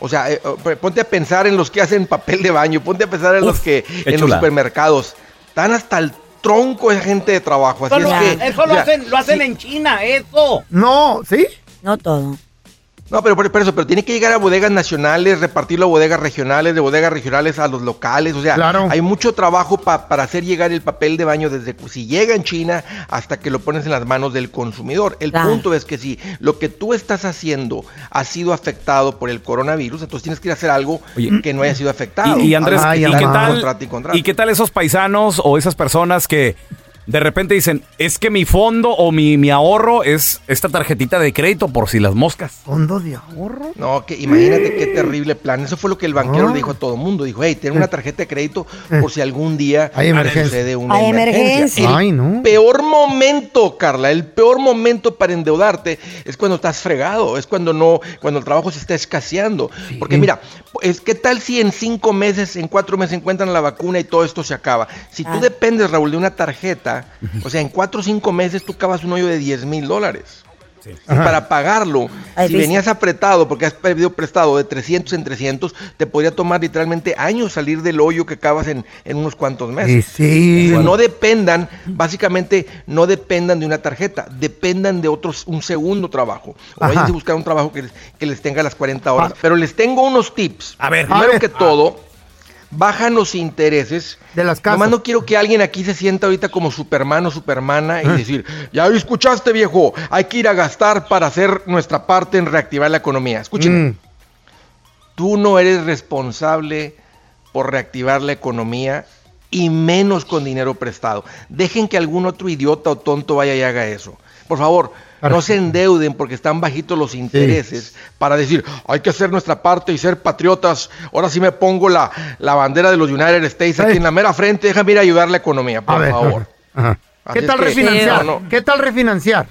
S13: O sea, eh, oh, p- ponte a pensar en los que hacen papel de baño, ponte a pensar en los que
S27: qué
S13: en los
S27: chula.
S13: supermercados están hasta el tronco de gente de trabajo. Así
S7: Eso, lo,
S13: es que,
S7: eso lo
S13: mira,
S7: hacen, lo hacen
S13: sí.
S7: en China, eso.
S5: No, ¿sí?
S11: No todo.
S13: No, pero por, por eso, pero tiene que llegar a bodegas nacionales, repartirlo a bodegas regionales, de bodegas regionales a los locales, o sea,
S5: Claro.
S13: hay mucho trabajo pa- para hacer llegar el papel de baño desde que- si llega en China hasta que lo pones en las manos del consumidor. El
S28: Claro.
S13: punto es que si lo que tú estás haciendo ha sido afectado por el coronavirus, entonces tienes que ir a hacer algo que no haya sido afectado.
S4: Y, y Andrés,
S13: Algo que
S4: ¿y,
S13: está
S4: qué
S13: en
S4: tal,
S13: contrato y contrato.
S4: y qué tal esos paisanos o esas personas que de repente dicen, es que mi fondo o mi, mi ahorro es esta tarjetita de crédito por si las moscas?
S5: Fondo de ahorro.
S13: No, que imagínate qué terrible plan. Eso fue lo que el banquero le dijo a todo el mundo. Dijo, hey, ten una tarjeta de crédito por si algún día
S5: Eh. Hay emergencia.
S13: sucede una
S5: Hay
S13: emergencia.
S5: emergencia.
S13: El
S5: Ay, no.
S13: peor momento, Carla, el peor momento para endeudarte es cuando estás fregado, es cuando no, cuando el trabajo se está escaseando. Porque mira, es qué tal si en cinco meses, en cuatro meses encuentran la vacuna y todo esto se acaba. Si
S5: Ah.
S13: tú dependes, Raúl, de una tarjeta, o sea, en cuatro o cinco meses tú cavas un hoyo de 10 mil dólares. Y para pagarlo,
S11: Ay,
S13: si
S11: dice.
S13: venías apretado porque has pedido prestado de 300 en 300, te podría tomar literalmente años salir del hoyo que acabas en, en unos cuantos meses.
S5: Y sí.
S13: Entonces, no dependan, básicamente, no dependan de una tarjeta, dependan de otros, un segundo trabajo. O
S5: Ajá. Ah.
S13: vayan a buscar un trabajo que les, que les tenga las 40 horas. Pero les tengo unos tips. A
S4: ver,
S13: primero
S5: a ver.
S13: que todo, bajan los intereses.
S5: De las
S13: Nomás
S5: casas.
S13: no quiero que alguien aquí se sienta ahorita como Superman o Supermana
S5: Ah.
S13: y decir, ya lo escuchaste viejo, hay que ir a gastar para hacer nuestra parte en reactivar la economía. Escuchen,
S5: Mm.
S13: tú no eres responsable por reactivar la economía y menos con dinero prestado. Dejen que algún otro idiota o tonto vaya y haga eso. Por favor, no se endeuden porque están bajitos los intereses para decir, hay que hacer nuestra parte y ser patriotas. Ahora sí me pongo la, la bandera de los United States aquí en la mera frente. Déjame ir a ayudar la economía, por
S5: A ver.
S13: favor.
S5: (laughs) Ajá.
S13: Así
S5: ¿Qué
S13: es
S5: tal
S13: que-
S5: refinanciar?
S13: No, no.
S5: ¿Qué tal refinanciar?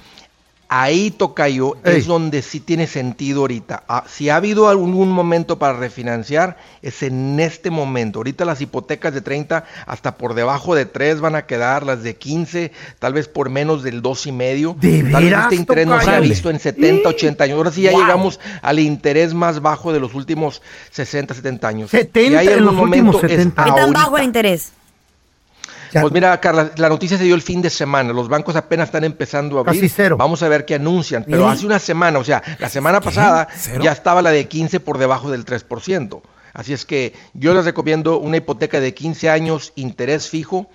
S13: Ahí, Tocayo,
S5: Ey.
S13: es donde sí tiene sentido ahorita. Ah, si ha habido algún momento para refinanciar, es en este momento. Ahorita las hipotecas de 30 hasta por debajo de 3 van a quedar, las de 15 tal vez por menos del 2,5. y medio. Tal vez
S5: veras,
S13: este interés no se ha
S5: Tocayo?
S13: visto en 70, 80 años. Ahora sí ya
S5: Wow.
S13: llegamos al interés más bajo de los últimos 60, 70 años.
S11: 70 en
S13: algún
S11: los últimos
S13: momento, es
S11: 70. ¿Qué tan
S13: ahorita.
S11: bajo el interés?
S13: Pues mira, Carla, la noticia se dio el fin de semana. Los bancos apenas están empezando a abrir.
S5: Casi cero.
S13: Vamos a ver qué anuncian. Pero
S5: ¿Eh?
S13: hace una semana, o sea, la semana pasada ya estaba la de 15 por debajo del 3%. Así es que yo les recomiendo una hipoteca de 15 años, interés fijo.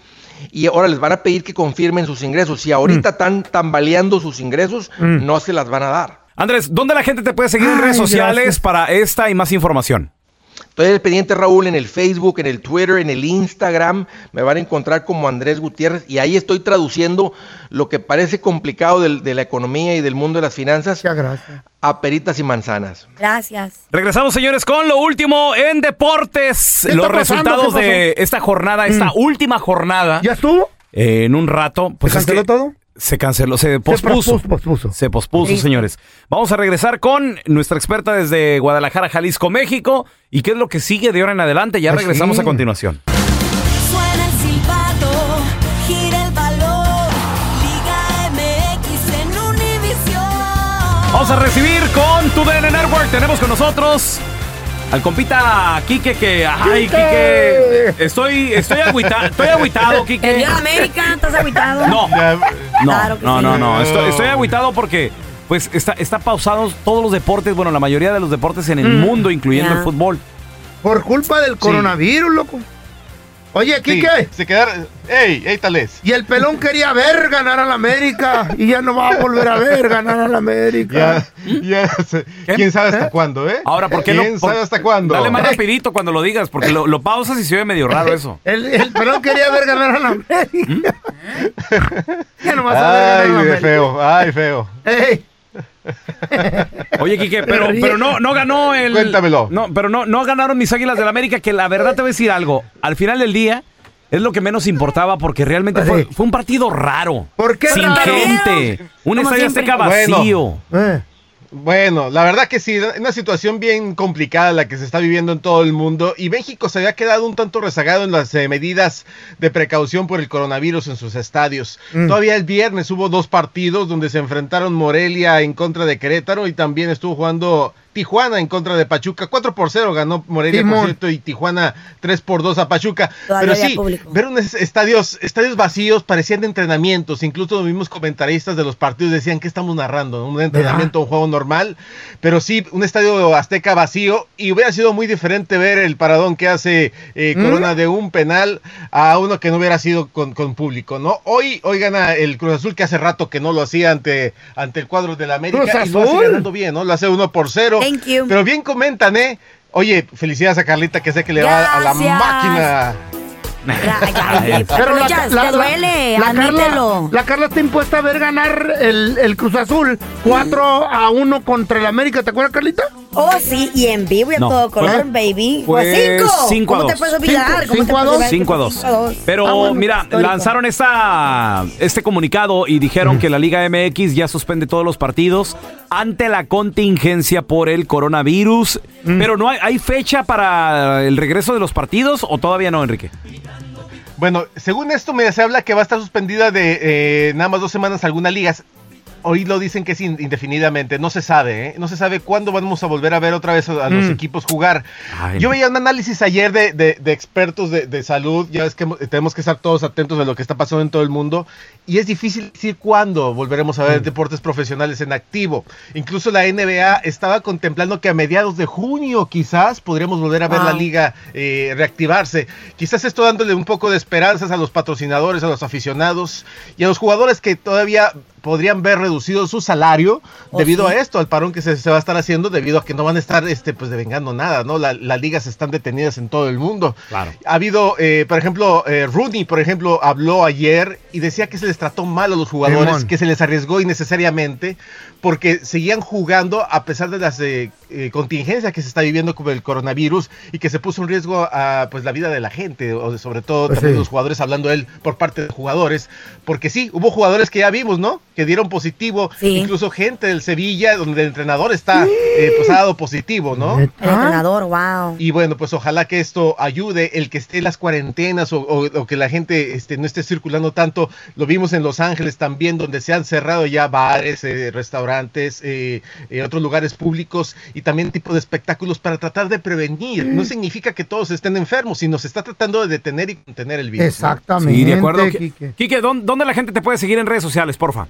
S13: Y ahora les van a pedir que confirmen sus ingresos. Si ahorita están tambaleando sus ingresos,
S4: Mm.
S13: no se las van a dar.
S4: Andrés, ¿dónde la gente te puede seguir en redes
S13: Ay,
S4: sociales
S13: gracias.
S4: para esta y más información?
S13: Estoy al pendiente, Raúl, en el Facebook, en el Twitter, en el Instagram. Me van a encontrar como Andrés Gutiérrez y ahí estoy traduciendo lo que parece complicado del- de la economía y del mundo de las finanzas a peritas y manzanas.
S11: Gracias.
S4: Regresamos, señores, con lo último en deportes.
S11: ¿Qué está
S4: Los
S11: pasando?
S4: resultados
S11: ¿Qué
S4: de
S11: pasó?
S4: esta jornada, esta última jornada.
S5: ¿Ya estuvo?
S4: en un rato. Pues ¿Se canceló
S5: todo?
S4: Se canceló, se pospuso.
S5: pospuso, pospuso.
S4: Se pospuso,
S5: Triste.
S4: señores. Vamos a regresar con nuestra experta desde Guadalajara, Jalisco, México. ¿Y qué es lo que sigue de ahora en adelante? Ya
S5: Ay,
S4: regresamos
S5: sí.
S4: a continuación.
S26: Suena el silbato, gira el balón, Liga MX en Univisión.
S4: Vamos a recibir con tu DN Network. Tenemos con nosotros al compita Quique que. ¡Ay, Quique! Estoy, estoy, agüita, estoy
S11: (laughs)
S4: agüitado,
S11: ¿Te
S4: Quique.
S11: dio la América? ¿Estás agüitado?
S4: No, no,
S11: Claro que
S4: no,
S11: sí.
S4: no, no. Estoy, estoy agüitado porque pues está, está pausados todos los deportes, bueno, la mayoría de los deportes en el
S5: Mm.
S4: mundo, incluyendo
S5: Ya.
S4: el fútbol.
S5: Por culpa del coronavirus, loco. Oye, Kike.
S28: se quedaron. ¡Ey, ey, tales!
S5: Y el pelón quería ver ganar a la América. Y ya no va a volver a ver ganar a la América.
S28: Ya, ya, se- quién sabe hasta cuándo, ¿eh?
S4: Ahora, ¿por qué no?
S28: ¿Quién
S4: por-
S28: sabe hasta cuándo?
S4: Dale más rapidito cuando lo digas, porque lo, lo pausas y se ve medio raro
S5: (laughs)
S4: eso.
S5: El, el pelón quería ver ganar a la
S13: ¿Mm?
S5: América. (laughs) ya no va a ver ganar a
S28: Ay,
S5: la
S28: bebé
S5: América.
S28: feo, ay, feo.
S5: Ey,
S4: Oye, Quique, pero,
S9: Ríe.
S4: pero no, no ganó el.
S9: Cuéntamelo.
S4: No, pero no, no ganaron mis águilas del América, que la verdad te voy a decir algo. Al final del día. Es lo que menos importaba porque realmente fue, fue un partido raro. ¿Por
S28: qué
S4: Sin
S28: raro?
S4: gente. Un
S28: Como
S4: estadio
S28: siempre.
S4: azteca vacío.
S28: Bueno, Bueno, la verdad que sí, es una situación bien complicada la que se está viviendo en todo el mundo y México se había quedado un tanto rezagado en las eh, medidas de precaución por el coronavirus en sus estadios.
S27: Mm.
S28: Todavía el viernes hubo dos partidos donde se enfrentaron Morelia en contra de Querétaro y también estuvo jugando Tijuana en contra de Pachuca. 4 por 0 ganó Morelia, por
S27: Simón.
S28: cierto, y Tijuana 3 por 2 a Pachuca.
S27: Todavía
S28: Pero
S27: había
S28: sí,
S27: público.
S28: ver unos estadios, estadios vacíos parecían de entrenamientos. Incluso los mismos comentaristas de los partidos decían que estamos narrando, un entrenamiento, un juego normal. Pero sí, un estadio azteca vacío y hubiera sido muy diferente ver el paradón que hace eh,
S11: ¿Mm?
S28: Corona de un penal a uno que no hubiera sido con, con público, ¿no? Hoy, hoy gana el Cruz Azul que hace rato que no lo hacía ante, ante el cuadro de la América
S11: Cruz
S28: y lo hace
S11: Azul.
S28: ganando bien, ¿no? Lo hace uno por cero.
S11: Thank you.
S28: Pero bien comentan, ¿eh? Oye, felicidades a Carlita que sé que le va a la
S11: Gracias.
S28: máquina.
S11: Pero la- Aprovechas, te duele,
S5: la Carla,
S11: admítelo.
S5: la Carla está impuesta a ver ganar el, el Cruz Azul 4 a 1 contra el América. ¿Te acuerdas, Carlita?
S11: Oh, sí, y en vivo y a
S5: No,
S11: todo
S5: fue-
S11: color, baby.
S4: fue
S11: Fue cinco.
S4: 5 a
S11: ¿Cómo te
S4: 2.
S11: puedes olvidar? ¿Cómo te
S4: 5 a
S11: puedes
S4: 2.
S11: olvidar?
S4: 5 a 2. Pero
S11: Ah, bueno,
S4: mira,
S11: histórico.
S4: lanzaron esta, este comunicado y dijeron que la Liga MX ya suspende todos los partidos ante la contingencia por el coronavirus. Pero no hay, ¿hay fecha para el regreso de los partidos o todavía no, Enrique.
S28: Bueno, según esto me se habla que va a estar suspendida de eh, nada más dos semanas algunas ligas. Hoy lo dicen que es in- indefinidamente, no se sabe, ¿eh? no se sabe cuándo vamos a volver a ver otra vez a, a los
S27: Mm.
S28: equipos jugar.
S27: Ay,
S28: Yo
S27: no.
S28: veía un análisis ayer de, de- de expertos de, de salud, ya ves que hemos- tenemos que estar todos atentos a lo que está pasando en todo el mundo, y es difícil decir cuándo volveremos a
S27: Mm.
S28: ver deportes profesionales en activo. Incluso la NBA estaba contemplando que a mediados de junio quizás podríamos volver a ver la
S27: Wow.
S28: liga eh, reactivarse. Quizás esto dándole un poco de esperanzas a los patrocinadores, a los aficionados y a los jugadores que todavía podrían ver reducido su salario
S27: Oh,
S28: debido
S27: sí.
S28: a esto, al parón que se, se va a estar haciendo, debido a que no van a estar este, pues, devengando nada, ¿no? La- las ligas están detenidas en todo el mundo. Ha habido, eh, por ejemplo, eh, Rooney, por ejemplo, habló ayer y decía que se les trató mal a los jugadores,
S27: Simón.
S28: que se les arriesgó innecesariamente porque seguían jugando a pesar de las eh, eh, contingencias que se está viviendo con el coronavirus y que se puso en riesgo a pues la vida de la gente, o de- sobre todo
S27: Pues
S28: también
S27: sí.
S28: los jugadores, hablando él por parte de jugadores, porque sí, hubo jugadores que ya vimos, ¿no? Que dieron positivo, incluso gente del Sevilla, donde el entrenador está, eh, pues ha dado positivo, ¿no?
S11: El entrenador, wow.
S28: Y bueno, pues ojalá que esto ayude, el que esté en las cuarentenas o, o- o que la gente este, no esté circulando tanto. Lo vimos en Los Ángeles también, donde se han cerrado ya bares, eh, restaurantes, eh, eh, otros lugares públicos y también tipo de espectáculos para tratar de prevenir.
S11: Mm.
S28: No significa que todos estén enfermos, sino se está tratando de detener y contener el virus. ¿no?
S4: Sí, de acuerdo. Quique, Quique, ¿dón- ¿dónde la gente te puede seguir en redes sociales, porfa?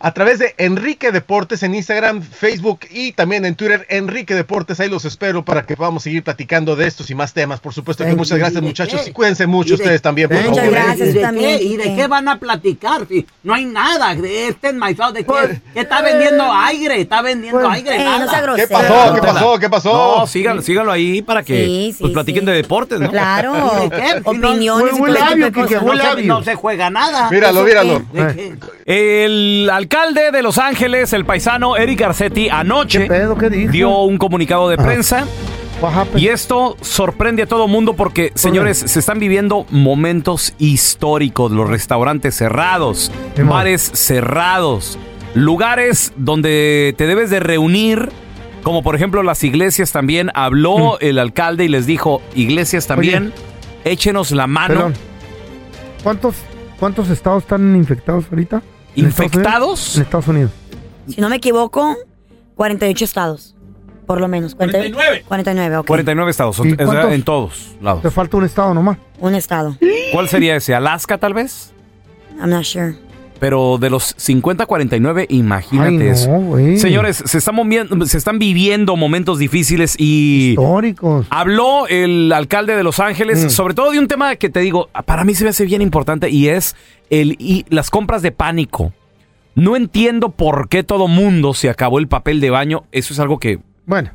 S28: a través de Enrique Deportes en Instagram, Facebook y también en Twitter, Enrique Deportes. Ahí los espero para que podamos seguir platicando de estos y más temas. Por supuesto que
S7: Thank
S28: muchas
S7: you.
S28: gracias,
S7: ¿Y de
S28: muchachos.
S7: qué?
S28: Y cuídense mucho
S7: ¿Y de-
S4: este
S28: ustedes también, por
S7: Muchas
S28: favor.
S7: gracias, ¿Y
S28: ¿eh?
S7: de, qué, ¿Y de qué van a platicar? Si no hay nada de este enmaizado de que, que está
S11: eh,
S7: vendiendo aire, está vendiendo
S11: pues,
S7: aire.
S11: eh, no
S7: nada.
S11: sea grosero.
S28: Pues, ¿Qué pasó? ¿Qué pasó?
S4: No, síganlo, síganlo ahí para que
S11: Sí, sí,
S4: pues, platiquen de deportes, ¿no?
S11: Claro.
S4: (laughs)
S7: ¿Y de qué? Si no-
S11: Opiniones y todo ese tipo de cosas.
S7: No se- No se juega nada. ¿Eso qué? ¿De qué?
S4: El alcalde de Los Ángeles, el paisano Eric Garcetti, anoche dio un comunicado de prensa. Y esto sorprende a todo mundo porque, señores, se están viviendo momentos históricos. Los restaurantes cerrados, bares cerrados, lugares donde te debes de reunir, como por ejemplo las iglesias también. Habló el alcalde y les dijo, iglesias también, échenos la mano.
S5: Perdón. ¿Cuántos, ¿Cuántos estados están infectados ahorita? ¿En Estados Unidos?
S4: ¿Infectados?
S5: En Estados Unidos.
S11: Si no me equivoco, 48 estados. Por lo menos. 49. 49, ok.
S4: 49 estados,
S5: ¿Y
S4: o sea,
S5: cuántos?
S4: en todos lados.
S5: Te falta un estado nomás.
S11: Un estado.
S4: ¿Cuál sería ese? ¿Alaska tal vez?
S11: I'm not sure.
S4: Pero de los 50 a 49, imagínate
S5: Ay, no,
S4: eso.
S5: güey.
S4: Señores, se están, moviendo- se están viviendo momentos difíciles y...
S5: Históricos.
S4: Habló el alcalde de Los Ángeles, sobre todo de un tema que te digo, para mí se me hace bien importante y es el, y las compras de pánico. No entiendo por qué todo mundo se acabó el papel de baño. Eso es algo que,
S5: Bueno,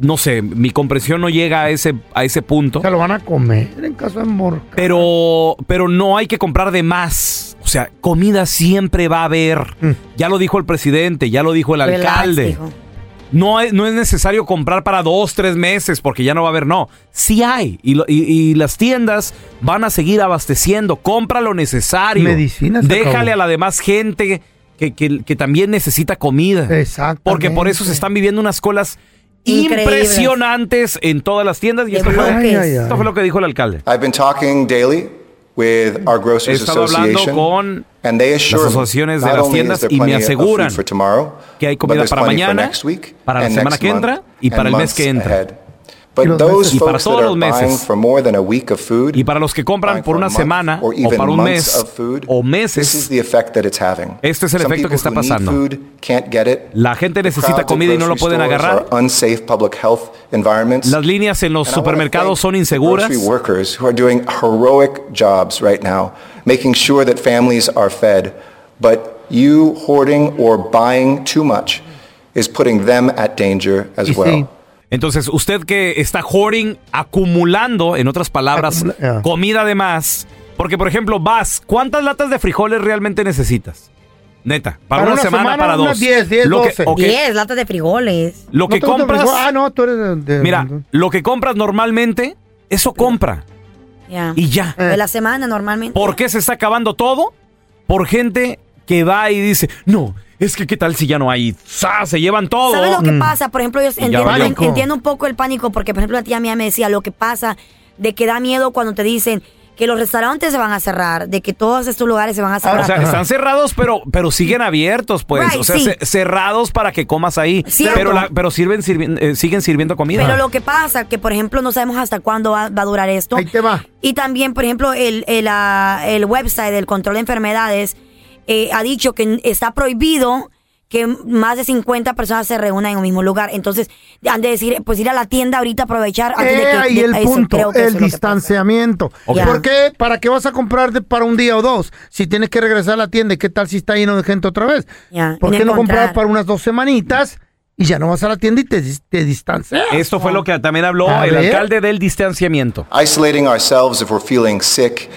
S4: no sé, mi comprensión no llega a ese, a ese punto.
S5: se lo van a comer en caso de amor.
S4: Pero, pero no hay que comprar de más. O sea, comida siempre va a haber. Ya lo dijo el presidente, ya lo dijo el
S11: Relax,
S4: alcalde.
S11: hijo.
S4: No es, no es necesario comprar para dos, tres meses porque ya no va a haber, no. Sí hay. Y, lo- y- y las tiendas van a seguir abasteciendo. Compra lo necesario.
S5: Medicina se
S4: Déjale
S5: acabó.
S4: a la demás gente que, que- que también necesita comida.
S5: Exacto.
S4: Porque por eso se están viviendo unas colas
S5: Increíbles.
S4: impresionantes en todas las tiendas. Y
S5: De
S4: esto fue,
S5: bloques. Ay, ay, ay.
S4: esto fue lo que dijo el alcalde.
S27: I've been talking daily with our
S4: He
S27: grocers
S4: estado
S27: association,
S4: hablando con
S27: and they
S4: las
S27: assure me
S4: asociaciones de
S27: not
S4: las
S27: only is
S4: tiendas
S27: there
S4: y me
S27: plenty of
S4: aseguran
S27: food for tomorrow,
S4: que hay
S27: but
S4: comida
S27: there's
S4: para
S27: plenty for
S4: mañana,
S27: next week
S4: para la
S27: and
S4: semana
S27: next
S4: que
S27: month
S4: entra y
S27: and
S4: para el mes
S27: months
S4: que entra.
S27: ahead. But
S4: Y los
S27: those
S4: meses. Y para
S27: folks that
S4: todos
S27: are
S4: los meses.
S27: buying for more than a week of food,
S4: Y para los que compran
S27: buying
S4: por
S27: for a
S4: una
S27: month
S4: semana
S27: or
S4: o
S27: even
S4: para un
S27: months
S4: mes
S27: of food,
S4: o
S27: this is
S4: meses,
S27: the effect that it's having.
S4: este es el
S27: Some
S4: efecto que
S27: people
S4: está
S27: who need
S4: pasando.
S27: food can't get it.
S4: La gente
S27: The crowds
S4: necesita
S27: at
S4: comida y no lo
S27: grocery
S4: pueden
S27: stores
S4: agarrar.
S27: are unsafe public health environments.
S4: Las líneas en los
S27: And I wanna
S4: supermercados son inseguras.
S27: grocery workers who are doing heroic jobs right now, making sure that families are fed. But you hoarding or buying too much is putting them at danger as well.
S4: Entonces, usted que está hoarding, acumulando, en otras palabras, comida de más. Porque, por ejemplo, vas, ¿cuántas latas de frijoles realmente necesitas? Neta, para, una, semana, para dos.
S5: unas 10, 10,
S4: Lo que-
S5: 12.
S4: ok,
S11: 10 latas de frijoles.
S4: Lo que
S5: ¿No te gusta el
S4: compras-
S5: frijol? Ah, no, tú eres de- de-
S4: Mira, lo que compras normalmente, eso compra.
S11: Ya.
S4: Y ya.
S11: De la semana normalmente.
S4: ¿Por qué se está acabando todo? Por gente que va y dice, no, es que qué tal si ya no hay. ¡Sa! Se llevan todo.
S11: ¿Sabes lo que
S4: Mm.
S11: pasa? Por ejemplo, yo
S4: Y ya
S11: entiendo,
S4: valió.
S11: en- entiendo un poco el pánico porque, por ejemplo, la tía mía me decía lo que pasa de que da miedo cuando te dicen que los restaurantes se van a cerrar, de que todos estos lugares se van a cerrar.
S4: Ah, O sea, están cerrados, pero, pero siguen abiertos, pues.
S11: Right,
S4: o sea,
S11: sí.
S4: ce- cerrados para que comas ahí.
S11: Cierto.
S4: Pero, la- pero sirven, sirvi- eh, siguen sirviendo comida.
S11: Pero lo que pasa, que por ejemplo no sabemos hasta cuándo va, va a durar esto. Ahí te va. Y también, por ejemplo, el, el, ah, el website del control de enfermedades eh, ha dicho que está prohibido que más de 50 personas se reúnan en un mismo lugar. Entonces, han de decir, pues ir a la tienda ahorita, aprovechar. antes de
S5: Eh,
S11: que-
S5: ahí
S11: de-
S5: el
S11: eso, creo
S5: punto,
S11: que eso
S5: el
S11: es lo que-
S5: distanciamiento.
S11: Ok.
S5: ¿Por qué? ¿Para qué vas a comprar de- para un día o dos? Si tienes que regresar a la tienda, ¿y ¿qué tal si está lleno de gente otra vez?
S11: Ya,
S5: ¿Por
S11: y no
S5: qué no comprar
S11: encontrar.
S5: para unas dos semanitas y ya no vas a la tienda y te, dis- te distancias?
S4: Esto fue lo que también habló
S27: A
S4: el
S27: ver.
S4: alcalde del distanciamiento.
S27: Isolating ourselves if we're feeling sick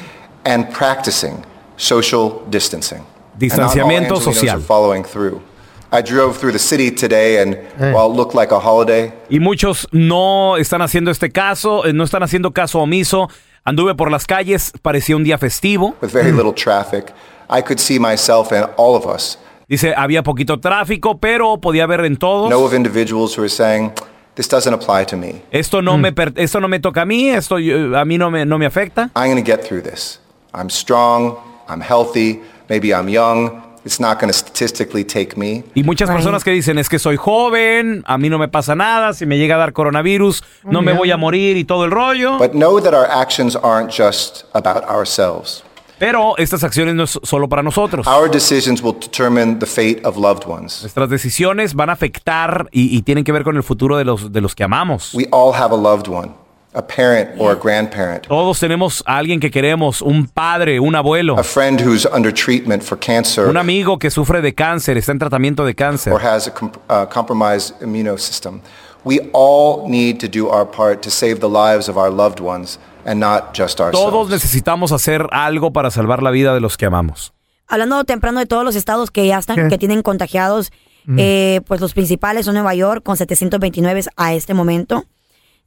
S27: and practicing social distancing. And not all
S4: Distanciamiento
S27: Angelenos
S4: social.
S27: Are following through. I drove through the city today and while it looked like a holiday,
S4: Y muchos no están haciendo este caso, eh, no están haciendo caso omiso. Anduve por las calles, parecía un día festivo.
S27: with very little traffic, I could see myself and all of us
S4: Dice, había poquito tráfico, pero podía ver en todos.
S27: know of individuals who are saying, this doesn't apply to me.
S4: Esto
S11: Mm.
S4: no, me per- esto no me toca a mí, esto yo- a mí no me, no me afecta.
S27: I'm going to get through this. I'm strong, I'm healthy, maybe I'm young. It's not going to statistically take me.
S4: Y muchas personas que dicen, es que soy joven, a mí no me pasa nada, si me llega a dar coronavirus, no me voy a morir y todo el rollo.
S27: But know that our actions aren't just about ourselves.
S4: Pero estas acciones no es solo para nosotros.
S27: Our decisions will determine the fate of loved ones.
S4: Nuestras decisiones van a afectar y, y tienen que ver con el futuro de los, de los que amamos.
S27: We all have a loved one, a parent or a grandparent,
S4: Todos tenemos a alguien que queremos, un padre, un abuelo,
S27: a friend who's under treatment for cancer
S4: un amigo que sufre de cáncer, está en tratamiento de cáncer.
S27: or has a comp- uh, compromised immunosystem. We all need to do our part to save the lives of our loved ones and not just ourselves.
S4: Todos necesitamos hacer algo para salvar la vida de los que amamos.
S11: Hablando temprano de todos los estados que ya están,
S4: ¿Qué?
S11: que tienen contagiados,
S4: Mm.
S11: eh, pues los principales son Nueva York con 729 a este momento.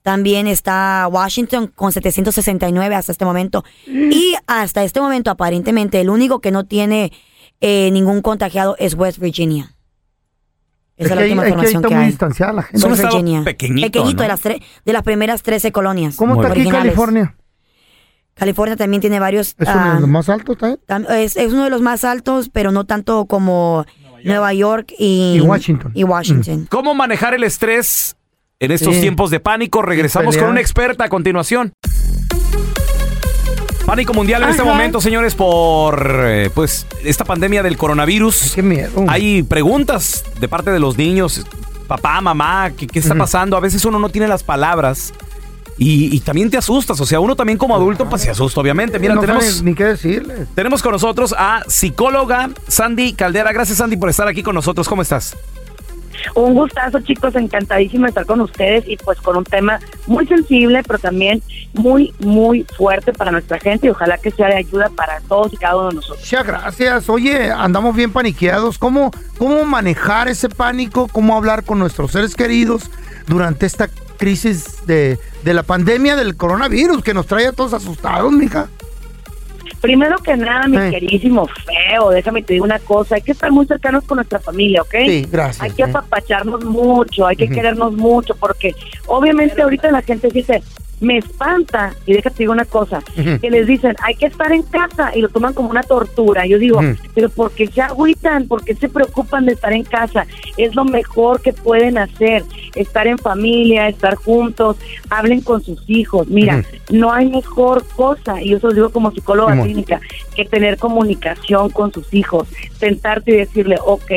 S11: También está Washington con 769 hasta este momento.
S5: Mm.
S11: Y hasta este momento, aparentemente, el único que no tiene eh, ningún contagiado es West Virginia. Esa
S5: Es
S11: es, la
S5: que ahí-
S11: última
S5: es que ahí
S11: información
S5: está
S11: que
S5: muy
S11: hay.
S5: distanciada la gente.
S11: West Virginia. de,
S5: ¿no?
S11: las tre- de las primeras 13 colonias.
S5: ¿Cómo está aquí
S11: originales.
S5: California?
S11: California también tiene varios.
S5: ¿Es uno
S11: ah,
S5: de los más altos ¿eh? también?
S11: Tam- Es, es uno de los más altos, pero no tanto como Nueva York, y,
S4: Y Washington.
S11: y
S5: Mm.
S11: Washington.
S4: ¿Cómo manejar el estrés en estos
S11: Sí.
S4: tiempos de pánico? Regresamos
S11: Pelear.
S4: con una experta a continuación. Pánico mundial en este
S5: Ajá.
S4: momento, señores, por eh, pues esta pandemia del coronavirus. Hay preguntas de parte de los niños, papá, mamá, ¿qué, qué está pasando? A veces uno no tiene las palabras y, y también te asustas. O sea, uno también como adulto pues, se asusta, obviamente. Mira,
S5: no
S4: tenemos
S5: saben ni qué decirles.
S4: tenemos con nosotros a psicóloga Sandy Caldera. Gracias, Sandy, por estar aquí con nosotros. ¿Cómo estás?
S29: Un gustazo, chicos, encantadísima de estar con ustedes y pues con un tema muy sensible, pero también muy, muy fuerte para nuestra gente y ojalá que sea de ayuda para todos y cada uno de nosotros.
S5: Muchas gracias. Oye, andamos bien paniqueados. ¿Cómo, ¿Cómo manejar ese pánico? ¿Cómo hablar con nuestros seres queridos durante esta crisis de, de la pandemia del coronavirus que nos trae a todos asustados, mija?
S29: Primero que nada, mi queridísimo feo, déjame te digo una cosa, hay que estar muy cercanos con nuestra familia, ¿ok?
S5: Sí, gracias,
S29: Hay que
S5: eh.
S29: apapacharnos mucho, hay que
S5: Ujú.
S29: querernos mucho, porque obviamente ahorita la gente dice, me espanta, y déjate digo una cosa,
S18: Ujú.
S29: que les dicen, hay que estar en casa, y lo toman como una tortura. Yo digo,
S18: Ujú.
S29: pero ¿por qué se agüitan? ¿Por qué se preocupan de estar en casa? Es lo mejor que pueden hacer, estar en familia, estar juntos, hablen con sus hijos. Mira, no hay mejor cosa, y yo se lo digo como psicóloga
S18: Simón.
S29: clínica, que tener comunicación con sus hijos, sentarte y decirle, ok,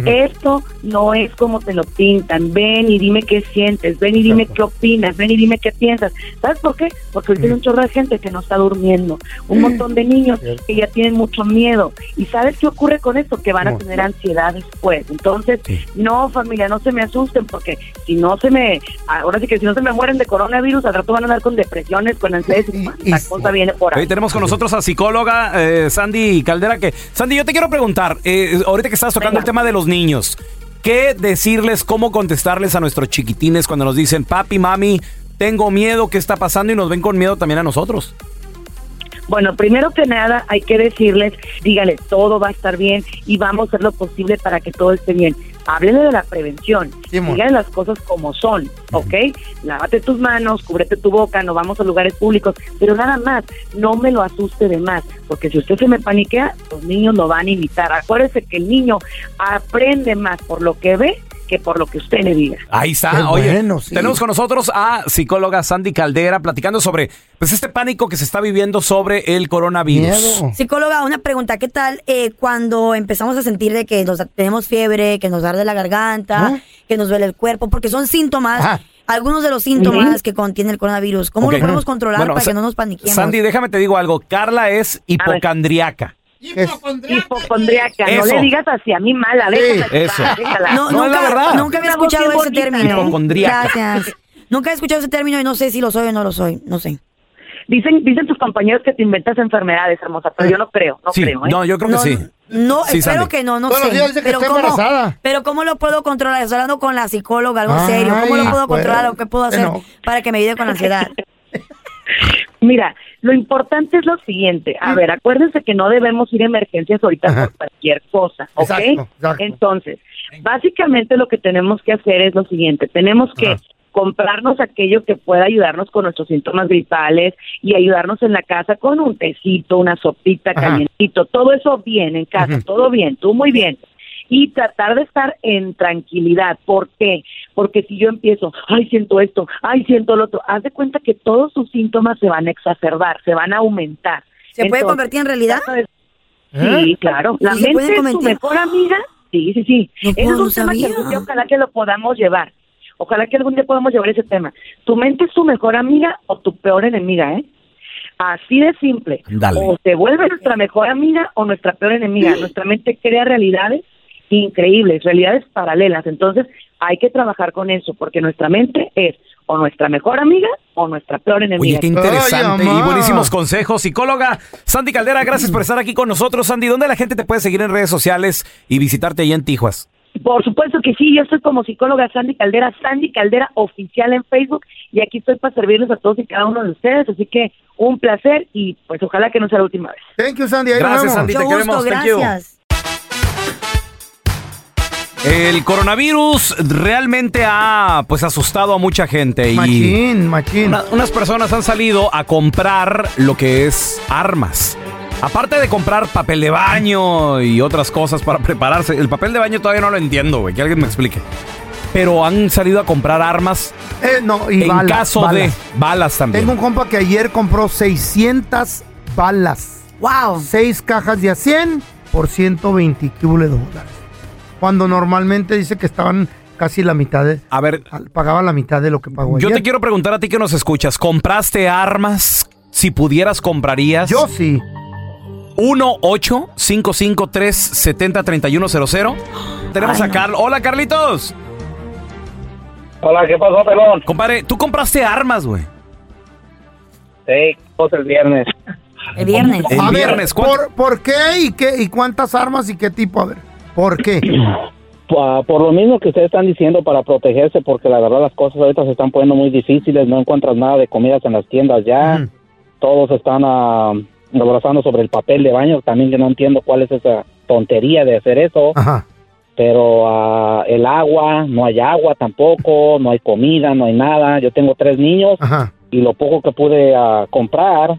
S18: Ujú.
S29: esto no es como te lo pintan, ven y dime qué sientes, ven y dime qué opinas, ven y dime qué piensas. ¿Sabes por qué? Porque ahorita hay un chorro de gente que no está durmiendo, un montón de niños
S18: Cierto.
S29: que ya tienen mucho miedo. ¿Y sabes qué ocurre con esto? Que van a
S18: Bueno.
S29: tener ansiedad después. Entonces, no, familia, no se me asusten porque si no se me, ahora sí que si no se me mueren de coronavirus, al rato van a andar con depresiones, con ansiedad, y, la cosa viene por ahí.
S4: Hoy tenemos con nosotros a psicóloga eh, Sandy Caldera. Que, Sandy, yo te quiero preguntar, eh, ahorita que estás tocando el tema de los niños, ¿qué decirles, cómo contestarles a nuestros chiquitines cuando nos dicen, papi, mami, tengo miedo, qué está pasando? Y nos ven con miedo también a nosotros.
S29: Bueno, primero que nada hay que decirles, dígales, todo va a estar bien y vamos a hacer lo posible para que todo esté bien. Háblenle de la prevención,
S18: mon.
S29: díganle las cosas como son, ¿ok? Lávate tus manos, cúbrete tu boca, no vamos a lugares públicos, pero nada más, no me lo asuste de más, porque si usted se me paniquea, los niños lo van a imitar. Acuérdese que el niño aprende más por lo que ve que por lo que usted le diga.
S4: Ahí está.
S29: Qué
S4: Oye,
S29: bueno, sí.
S4: tenemos con nosotros a psicóloga Sandy Caldera platicando sobre pues, este pánico que se está viviendo sobre el coronavirus.
S11: Psicóloga, una pregunta, ¿qué tal eh, cuando empezamos a sentir de que nos da- tenemos fiebre, que nos arde la
S5: ¿Ah?
S11: garganta, que nos duele el cuerpo? Porque son síntomas, algunos de los síntomas que contiene el coronavirus. ¿Cómo
S4: Ok.
S11: lo podemos controlar
S4: Bueno,
S11: para
S4: Sa-
S11: que no nos paniquemos?
S4: Sandy, déjame te digo algo. Carla es hipocandriaca.
S29: Hipocondriaca, no
S4: Eso.
S29: le digas así a mi mala, déjala,
S4: Eso.
S29: déjala.
S11: No,
S4: No, es la
S11: nunca,
S4: verdad.
S11: nunca había escuchado ese término.
S4: Hipocondríaca.
S11: Gracias. Nunca he escuchado ese término y no sé si lo soy o no lo soy. No sé.
S29: Dicen, dicen tus compañeros que te inventas enfermedades, hermosa, pero yo no creo, no
S4: Sí,
S29: creo. ¿eh?
S4: no, yo creo que sí.
S11: No,
S4: Sí,
S11: espero
S4: Sandy.
S11: que no, no
S29: Todos los
S11: sé.
S29: días dice que
S11: pero,
S29: está
S11: ¿cómo,
S29: embarazada.
S11: pero ¿cómo lo puedo controlar? Estoy hablando con la psicóloga, algo
S29: Ay,
S11: serio. ¿Cómo lo puedo
S29: pues,
S11: controlar? ¿O qué puedo
S29: te
S11: hacer
S29: enojo.
S11: para que me ayude con la ansiedad?
S29: Mira, lo importante es lo siguiente. A ver, acuérdense que no debemos ir a emergencias ahorita por cualquier cosa, ¿ok?
S18: Exacto, exacto.
S29: Entonces, básicamente lo que tenemos que hacer es lo siguiente. Tenemos que comprarnos aquello que pueda ayudarnos con nuestros síntomas gripales y ayudarnos en la casa con un tecito, una sopita,
S18: Ajá.
S29: calientito, todo eso bien en casa,
S18: Ujú.
S29: todo bien, tú muy bien y tratar de estar en tranquilidad. ¿Por qué? Porque si yo empiezo, ay, siento esto, ay, siento lo otro, haz de cuenta que todos sus síntomas se van a exacerbar, se van a aumentar.
S11: ¿Se puede
S29: Entonces,
S11: convertir en realidad? ¿Eh?
S29: Sí, claro. La
S11: ¿Sí se puede
S29: mente es tu
S11: convertir?
S29: mejor amiga. Sí, sí, sí.
S11: No
S29: Ese es
S11: puedo,
S29: un
S11: no
S29: tema que
S11: sabía.
S29: algún día ojalá que lo podamos llevar. Ojalá que algún día podamos llevar ese tema. ¿Tu mente es tu mejor amiga o tu peor enemiga, eh? Así de simple.
S18: Ándale.
S29: O se vuelve nuestra mejor amiga o nuestra peor enemiga. Nuestra mente crea realidades increíbles, realidades paralelas. Entonces, hay que trabajar con eso, porque nuestra mente es o nuestra mejor amiga o nuestra peor enemiga.
S4: Oye, qué interesante y buenísimos consejos. Psicóloga Sandy Caldera, gracias por estar aquí con nosotros. Sandy, ¿dónde la gente te puede seguir en redes sociales y visitarte ahí en Tijuas?
S29: Por supuesto que sí, yo estoy como psicóloga Sandy Caldera, Sandy Caldera oficial en Facebook y aquí estoy para servirles a todos y cada uno de ustedes, así que un placer y pues ojalá que no sea la última vez.
S5: Thank you, Sandy. Ahí nos
S4: Gracias,
S5: vemos.
S4: Sandy, te Mucho gusto, queremos. Thank you. gracias. El coronavirus realmente ha pues asustado a mucha gente. y
S5: Machín, machín.
S4: una- unas personas han salido a comprar lo que es armas. Aparte de comprar papel de baño y otras cosas para prepararse. El papel de baño todavía no lo entiendo, güey. Que alguien me explique. Pero han salido a comprar armas.
S5: Eh, no, y
S4: en
S5: balas,
S4: caso de
S5: balas.
S4: balas también.
S5: Tengo un compa que ayer compró 600 balas.
S11: ¡Wow!
S5: Seis cajas de a 100 por 120 que hubo de dólares. Cuando normalmente dice que estaban casi la mitad de.
S4: A ver.
S5: Pagaba la mitad de lo que pagó
S4: Yo
S5: ayer.
S4: te quiero preguntar a ti que nos escuchas, ¿compraste armas? Si pudieras, comprarías. Yo
S5: sí.
S4: 1-8-553-70-3100. Tenemos
S30: Ay,
S4: a
S30: no.
S4: Carlos. Hola, Carlitos.
S30: Hola, ¿qué pasó, pelón?
S4: Compadre, tú compraste armas, güey.
S30: Sí, pues el viernes.
S11: El viernes.
S4: El
S5: A ver,
S4: viernes, ¿cuánto?
S5: ¿por, por qué y qué y cuántas armas y qué tipo? A ver, ¿por qué?
S30: Pa- Ah, Por lo mismo que ustedes están diciendo para protegerse, porque la verdad las cosas ahorita se están poniendo muy difíciles, no encuentras nada de comidas en las tiendas ya, todos están ah, abrazando sobre el papel de baño, también yo no entiendo cuál es esa tontería de hacer eso, pero ah, el agua, no hay agua tampoco, no hay comida, no hay nada, yo tengo tres niños y lo poco que pude ah, comprar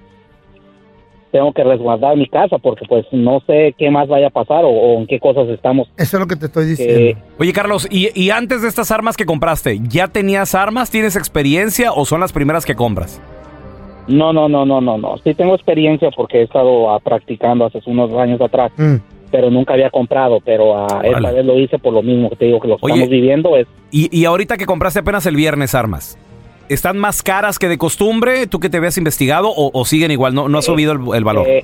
S30: tengo que resguardar mi casa porque pues no sé qué más vaya a pasar o, o en qué cosas estamos. Eh,
S5: Eso es lo que te estoy
S4: Oye, Carlos, y, y antes de estas armas que compraste, ¿ya tenías armas? ¿Tienes experiencia o son las primeras que compras?
S30: No, no, no, no, no, no. Sí tengo experiencia porque he estado ah, practicando hace unos años atrás,
S5: Mm.
S30: pero nunca había comprado, pero ah, esta
S4: Órale.
S30: vez lo hice por lo mismo que te digo que lo
S4: Oye.
S30: estamos viviendo. Es,
S4: Y, y ahorita que compraste apenas el viernes armas, ¿están más caras que de costumbre? ¿Tú que te habías investigado o, o siguen igual? ¿No, no ha subido el, el valor?
S30: eh,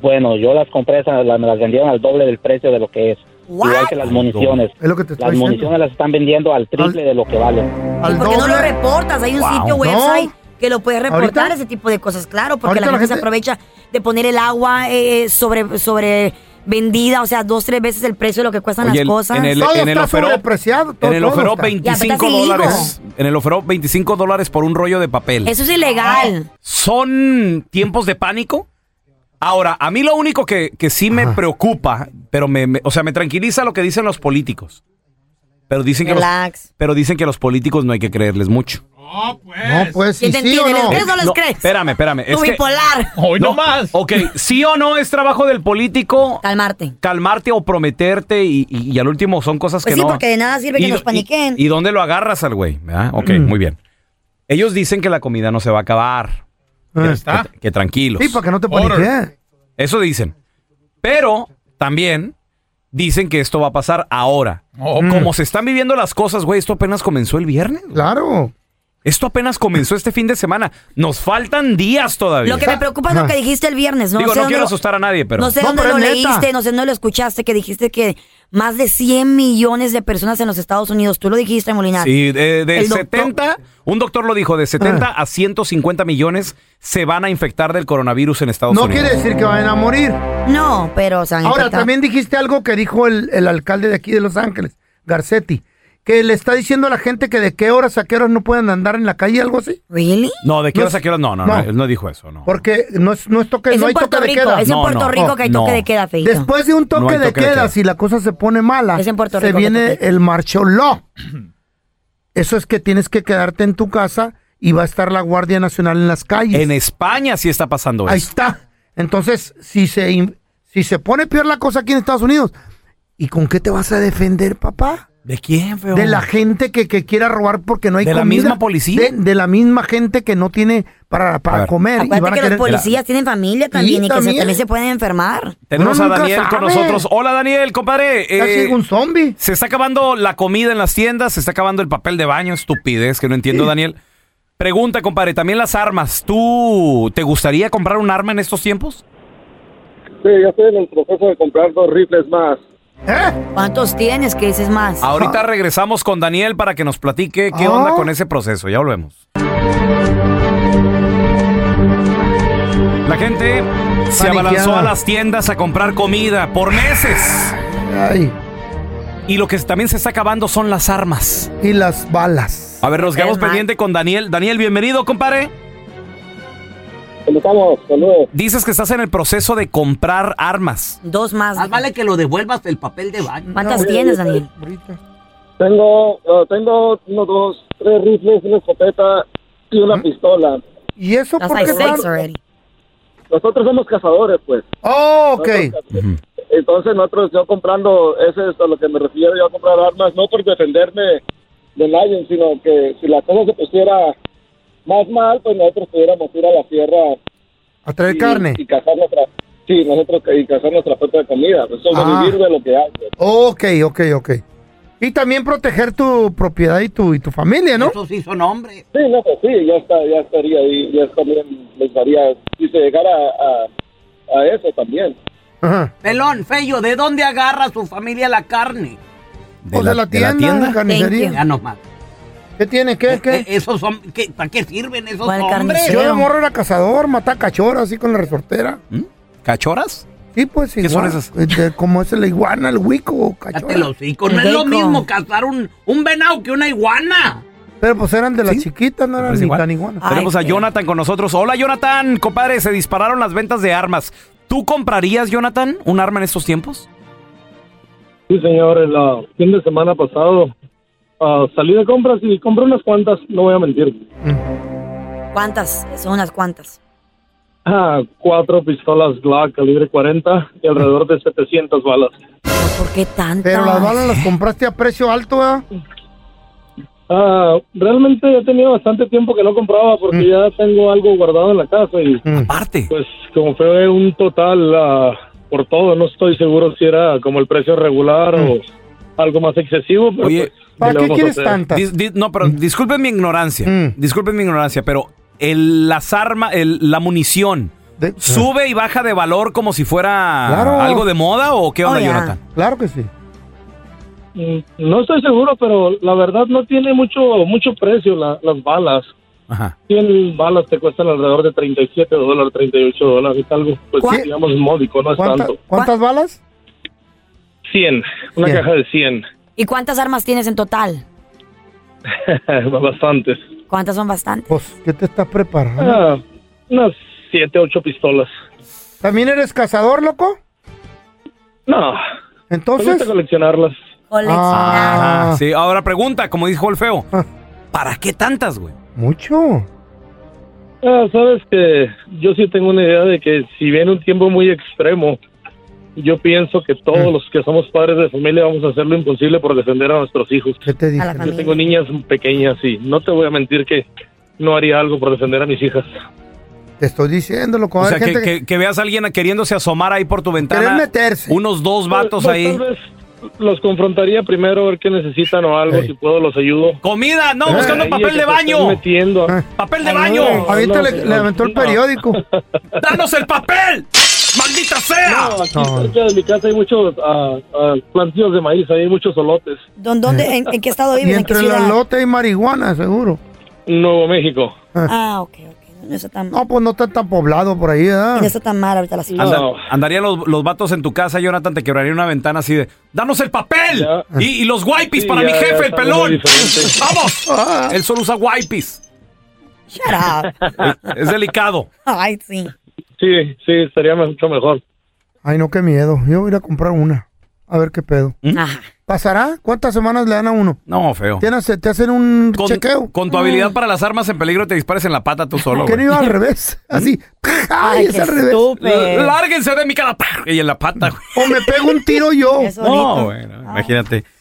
S30: bueno, yo las compré, esas, las- me las vendieron al doble del precio de lo que es. Igual que las municiones.
S5: Es lo que te estoy
S30: las
S5: diciendo.
S30: municiones las están vendiendo al triple de lo que valen.
S11: ¿Y por qué no lo reportas? Hay un
S30: Wow. No.
S11: sitio website que lo puedes reportar,
S30: Ahorita-
S11: ese tipo de cosas, claro, porque
S30: Ahorita
S11: la gente,
S30: la
S11: se aprovecha de poner el agua eh, eh, sobre, sobre vendida, o sea, dos, tres veces el precio de lo que cuestan
S4: Oye,
S11: las
S4: el-
S11: cosas.
S4: en el- Todo en el está oferó- sobrepreciado,
S11: todo,
S4: En el
S11: todo
S4: oferó
S11: está. Ya,
S4: 25
S11: pero es
S4: dólares. En el oferó 25 dólares por un rollo de papel.
S11: Eso es ilegal.
S4: ¿Son tiempos de pánico? Ahora, a mí lo único que, que sí me preocupa, pero me, me- o sea, me tranquiliza lo que dicen los políticos. Pero dicen, que los,
S11: Relax.
S4: pero dicen que los políticos no hay que creerles mucho.
S5: No, pues sí,
S11: ¿Quién te
S5: sí o
S11: entiende?
S5: no.
S11: ¿Les crees o les
S4: No,
S11: crees?
S4: Espérame, espérame.
S11: Tu bipolar.
S4: Hoy no, más. Ok, sí o no es trabajo del político.
S11: Calmarte.
S4: Calmarte o prometerte y, y- y al último son cosas
S11: Pues
S4: que
S11: sí,
S4: no.
S11: porque de nada sirve que
S4: Y-
S11: nos paniquen.
S4: ¿Y dónde lo agarras al güey? ¿verdad? Ok, muy bien. Ellos dicen que la comida no se va a acabar. Que, que- que tranquilos.
S5: Sí, para que no te paniquees.
S4: Eso dicen. Pero también dicen que esto va a pasar ahora.
S5: Oh,
S4: Como Mm. se están viviendo las cosas, güey, esto apenas comenzó el viernes.
S5: Claro.
S4: Esto apenas comenzó este fin de semana. Nos faltan días todavía.
S11: Lo que me preocupa es lo que dijiste el viernes, ¿no?
S4: Ah. Digo,
S11: sé
S4: no
S11: dónde
S4: quiero
S11: lo-
S4: asustar a nadie, pero.
S11: No sé dónde lo leíste, no sé dónde lo escuchaste, que dijiste que más de 100 millones de personas en los Estados Unidos, tú lo dijiste, Molinar.
S4: Sí, de, de
S11: El doctor- Ah.
S4: 70, un doctor lo dijo, de 70 a 150 millones se van a infectar del coronavirus en Estados
S5: No
S4: Unidos.
S5: quiere decir que vayan a morir.
S11: No, pero se han
S5: Ahora,
S11: infectado.
S5: también dijiste algo que dijo el, el alcalde de aquí de Los Ángeles, Garcetti, que le está diciendo a la gente que de qué horas a qué horas no pueden andar en la calle, algo así.
S11: ¿Really?
S4: No, ¿de qué
S5: No
S4: horas a qué horas? No, no,
S5: no.
S4: no, él no dijo eso, no.
S5: Porque no es, no es toque,
S11: Es
S5: no
S11: en
S5: hay
S11: Puerto
S5: toque
S11: Rico,
S5: de queda.
S11: es en No, Puerto no. Rico que hay toque No. de queda, feíto.
S5: Después de un
S4: No
S5: toque,
S4: hay
S5: de,
S4: toque de
S5: queda,
S4: queda.
S5: si la cosa se pone mala,
S11: Es en Puerto
S5: se
S11: Rico que
S5: viene
S11: toque.
S5: el martial law. Eso es que tienes que quedarte en tu casa y va a estar la Guardia Nacional en las calles.
S4: En España sí está pasando
S5: Ahí
S4: eso.
S5: está. Entonces, si se, in- si se pone peor la cosa aquí en Estados Unidos, ¿y con qué te vas a defender, papá?
S4: ¿De quién, feo?
S5: De la gente que, que quiera robar porque no hay
S4: ¿De la
S5: comida.
S4: misma policía?
S5: De, de la misma gente que no tiene para, para comer. y van a
S11: Acuérdate que
S5: querer-
S11: los policías tienen familia también y, que se,
S5: también.
S11: también se pueden enfermar.
S4: Tenemos
S5: Uno
S4: a
S5: nunca
S4: Daniel con
S5: sabe.
S4: nosotros. Hola, Daniel, compadre.
S5: Casi
S4: Eh,
S5: un zombie.
S4: Se está acabando la comida en las tiendas, se está acabando el papel de baño, estupidez que no entiendo, Daniel. Pregunta, compadre, también las armas. ¿Tú te gustaría comprar un arma en estos tiempos?
S18: Sí, ya estoy en el proceso de comprar dos rifles más.
S5: ¿Eh?
S11: ¿Cuántos tienes? ¿Qué dices más?
S4: Ahorita regresamos con Daniel para que nos platique qué
S11: Ah.
S4: onda con ese proceso. Ya volvemos. La gente se
S5: Paniqueada.
S4: abalanzó a las tiendas a comprar comida por meses.
S5: Ay.
S4: Y lo que también se está acabando son las armas.
S5: Y las balas.
S4: A ver, nos quedamos
S5: Es mal.
S4: pendiente con Daniel. Daniel, bienvenido, compadre.
S18: ¿Cómo estamos? Saludos.
S4: Dices que estás en el proceso de comprar armas.
S11: Dos más.
S7: Más vale que lo devuelvas del papel de baño.
S11: ¿Cuántas tienes, Daniel?
S18: Tengo, eh, tengo unos dos, tres rifles, una escopeta y una pistola.
S5: ¿Y eso
S11: That's like six already.
S18: Nosotros somos cazadores, pues.
S5: Oh, ok.
S18: Entonces nosotros, yo comprando, eso es a lo que me refiero, yo a comprar armas, no por defenderme de nadie, sino que si la cosa se pusiera más mal, pues nosotros pudiéramos ir a la tierra
S5: A traer
S18: y,
S5: carne.
S18: y cazar nuestra, sí, nosotros y cazar nuestra propia comida, pues sobrevivir
S5: Ah.
S18: de lo que hay. pues.
S5: Ok, ok, ok. Y también proteger tu propiedad y tu, y tu familia, ¿no?
S7: Esos sí son hombres.
S18: Sí, no, pues sí, ya, está, ya estaría ahí, ya también les daría, si se llegara a, a a eso también.
S7: Pelón, Fello, ¿de dónde agarra su familia la carne?
S5: ¿De, la, tienda? carnicería.
S7: Ya nomás.
S5: ¿Qué tiene? ¿Qué? ¿Qué?
S7: Eh, Esos son, ¿qué- ¿Para qué sirven esos
S5: ¿Cuál
S7: hombres?
S5: Yo de morro era cazador, mataba cachorras así con la resortera.
S4: ¿Mm? ¿Cachoras?
S5: Sí, pues
S4: ¿Qué son
S5: igual. Este, como es la iguana, el huico,
S7: Cállate los
S5: cachorra.
S7: hocicos, No es lo mismo cazar un, un venado que una iguana.
S5: Pero pues eran de las chiquitas, no eran
S4: Parece
S5: ni
S4: igual.
S5: tan iguanas.
S4: Tenemos a Jonathan con nosotros. Hola, Jonathan. Compadre, se dispararon las ventas de armas. ¿Tú comprarías, Jonathan, un arma en estos tiempos?
S18: Sí, señor, el ah, fin de semana pasado ah, salí de compras y compré unas cuantas, no voy a mentir.
S11: ¿Cuántas? Son unas cuantas.
S18: Ah, cuatro pistolas Glock calibre 40 y alrededor de 700 balas.
S11: ¿Por qué tantas?
S5: Pero las balas las compraste a precio alto, ¿verdad?
S18: Ah, realmente he tenido bastante tiempo que no compraba porque ya tengo algo guardado en la casa y
S4: aparte
S18: pues como fue un total ah, por todo no estoy seguro si era como el precio regular o algo más excesivo pero pues, le vamos a hacer?
S4: Dis- di- no,
S5: Mm.
S4: pero disculpen mi ignorancia. Disculpen mi ignorancia, pero el, las armas, el- la munición, ¿sube y baja de valor como si fuera
S5: ah. Claro.
S4: algo de moda o qué onda,
S5: Oh, ya.
S4: Jonathan?
S5: Claro que sí.
S18: Mm, no estoy seguro pero la verdad no tiene mucho mucho precio la- las balas
S4: Ajá.
S18: 100 balas te cuestan alrededor de 37 dólares 38 dólares algo pues
S5: ¿Cuál?
S18: digamos módico no es
S5: ¿Cuánta-
S18: tanto
S5: ¿Cuántas balas?
S18: 100 una
S5: Cien.
S18: caja de (laughs) 100
S11: ¿Y cuántas armas tienes en total?
S18: bastantes
S11: ¿Cuántas son bastantes?
S5: Pues, ¿qué te estás preparando?
S18: Ah, unas 7 8 pistolas
S5: ¿También eres cazador, loco?
S18: no
S5: Entonces-
S18: me gusta coleccionarlas
S4: Ajá, Ah, sí. Ahora pregunta, como dijo el feo,
S5: Ah.
S4: ¿para qué tantas, güey?
S5: Mucho.
S18: Ah, sabes que yo sí tengo una idea de que si viene un tiempo muy extremo, yo pienso que todos los que somos padres de familia vamos a hacer lo imposible por defender a nuestros hijos. Yo tengo niñas pequeñas y no te voy a mentir que no haría algo por defender a mis hijas.
S5: Te estoy diciendo, loco.
S4: O
S5: Hay
S4: sea, que,
S5: gente que-
S4: que- que veas a alguien queriéndose asomar ahí por tu ventana. Unos dos
S18: Pues,
S4: vatos
S18: pues,
S4: ahí.
S18: tal vez los confrontaría primero a ver qué necesitan o algo, si puedo los ayudo.
S4: Comida, no, buscando papel de baño.
S18: Ah,
S4: Papel de baño.
S5: Ahorita le, le aventó el periódico.
S4: ¡Danos el papel! ¡Maldita sea!
S18: No, aquí cerca de mi casa hay muchos ah, ah, plantíos de maíz, hay muchos solotes.
S11: ¿Dón- ¿Dónde, en, en qué estado
S5: Y
S11: vives? ¿En qué
S5: entre el
S11: ciudad?
S5: alote y marihuana, seguro.
S18: Nuevo México.
S11: Ah, ok, ok. No está tan,
S5: No, pues no está tan poblado por ahí, ¿verdad?
S11: no está tan mal ahorita la situación.
S4: Anda- andarían los, los vatos en tu casa, Jonathan, te quebraría una ventana así de... ¡Danos el papel! Y, y los wipes
S18: Sí,
S4: para
S18: ya-
S4: mi
S18: ya
S4: jefe, el
S18: estamos
S4: pelón.
S18: muy diferentes.
S5: Ah.
S4: ¡Vamos! Él solo usa wipes.
S11: Shut up. (laughs)
S4: Es delicado.
S11: Ay, sí.
S18: Sí, sí, estaría mucho mejor.
S5: Ay, no, qué miedo. Yo voy a ir a comprar una. A ver qué pedo. ¿Pasará? ¿Cuántas semanas le dan a uno?
S4: ¿Mm? No, feo.
S5: ¿Tienes- ¿Te hacen un
S4: Con,
S5: chequeo?
S4: con tu habilidad para las armas en peligro te dispares en la pata tú solo.
S5: Que no
S4: güey.
S5: iba
S4: (laughs)
S5: al revés. Así. Ay,
S4: Ay,
S5: es
S4: qué
S5: al revés.
S4: estúpido. Lárguense de mi cara. ¡pah! Y en la pata, güey.
S5: O me pego un tiro yo.
S4: No, güey, no, imagínate.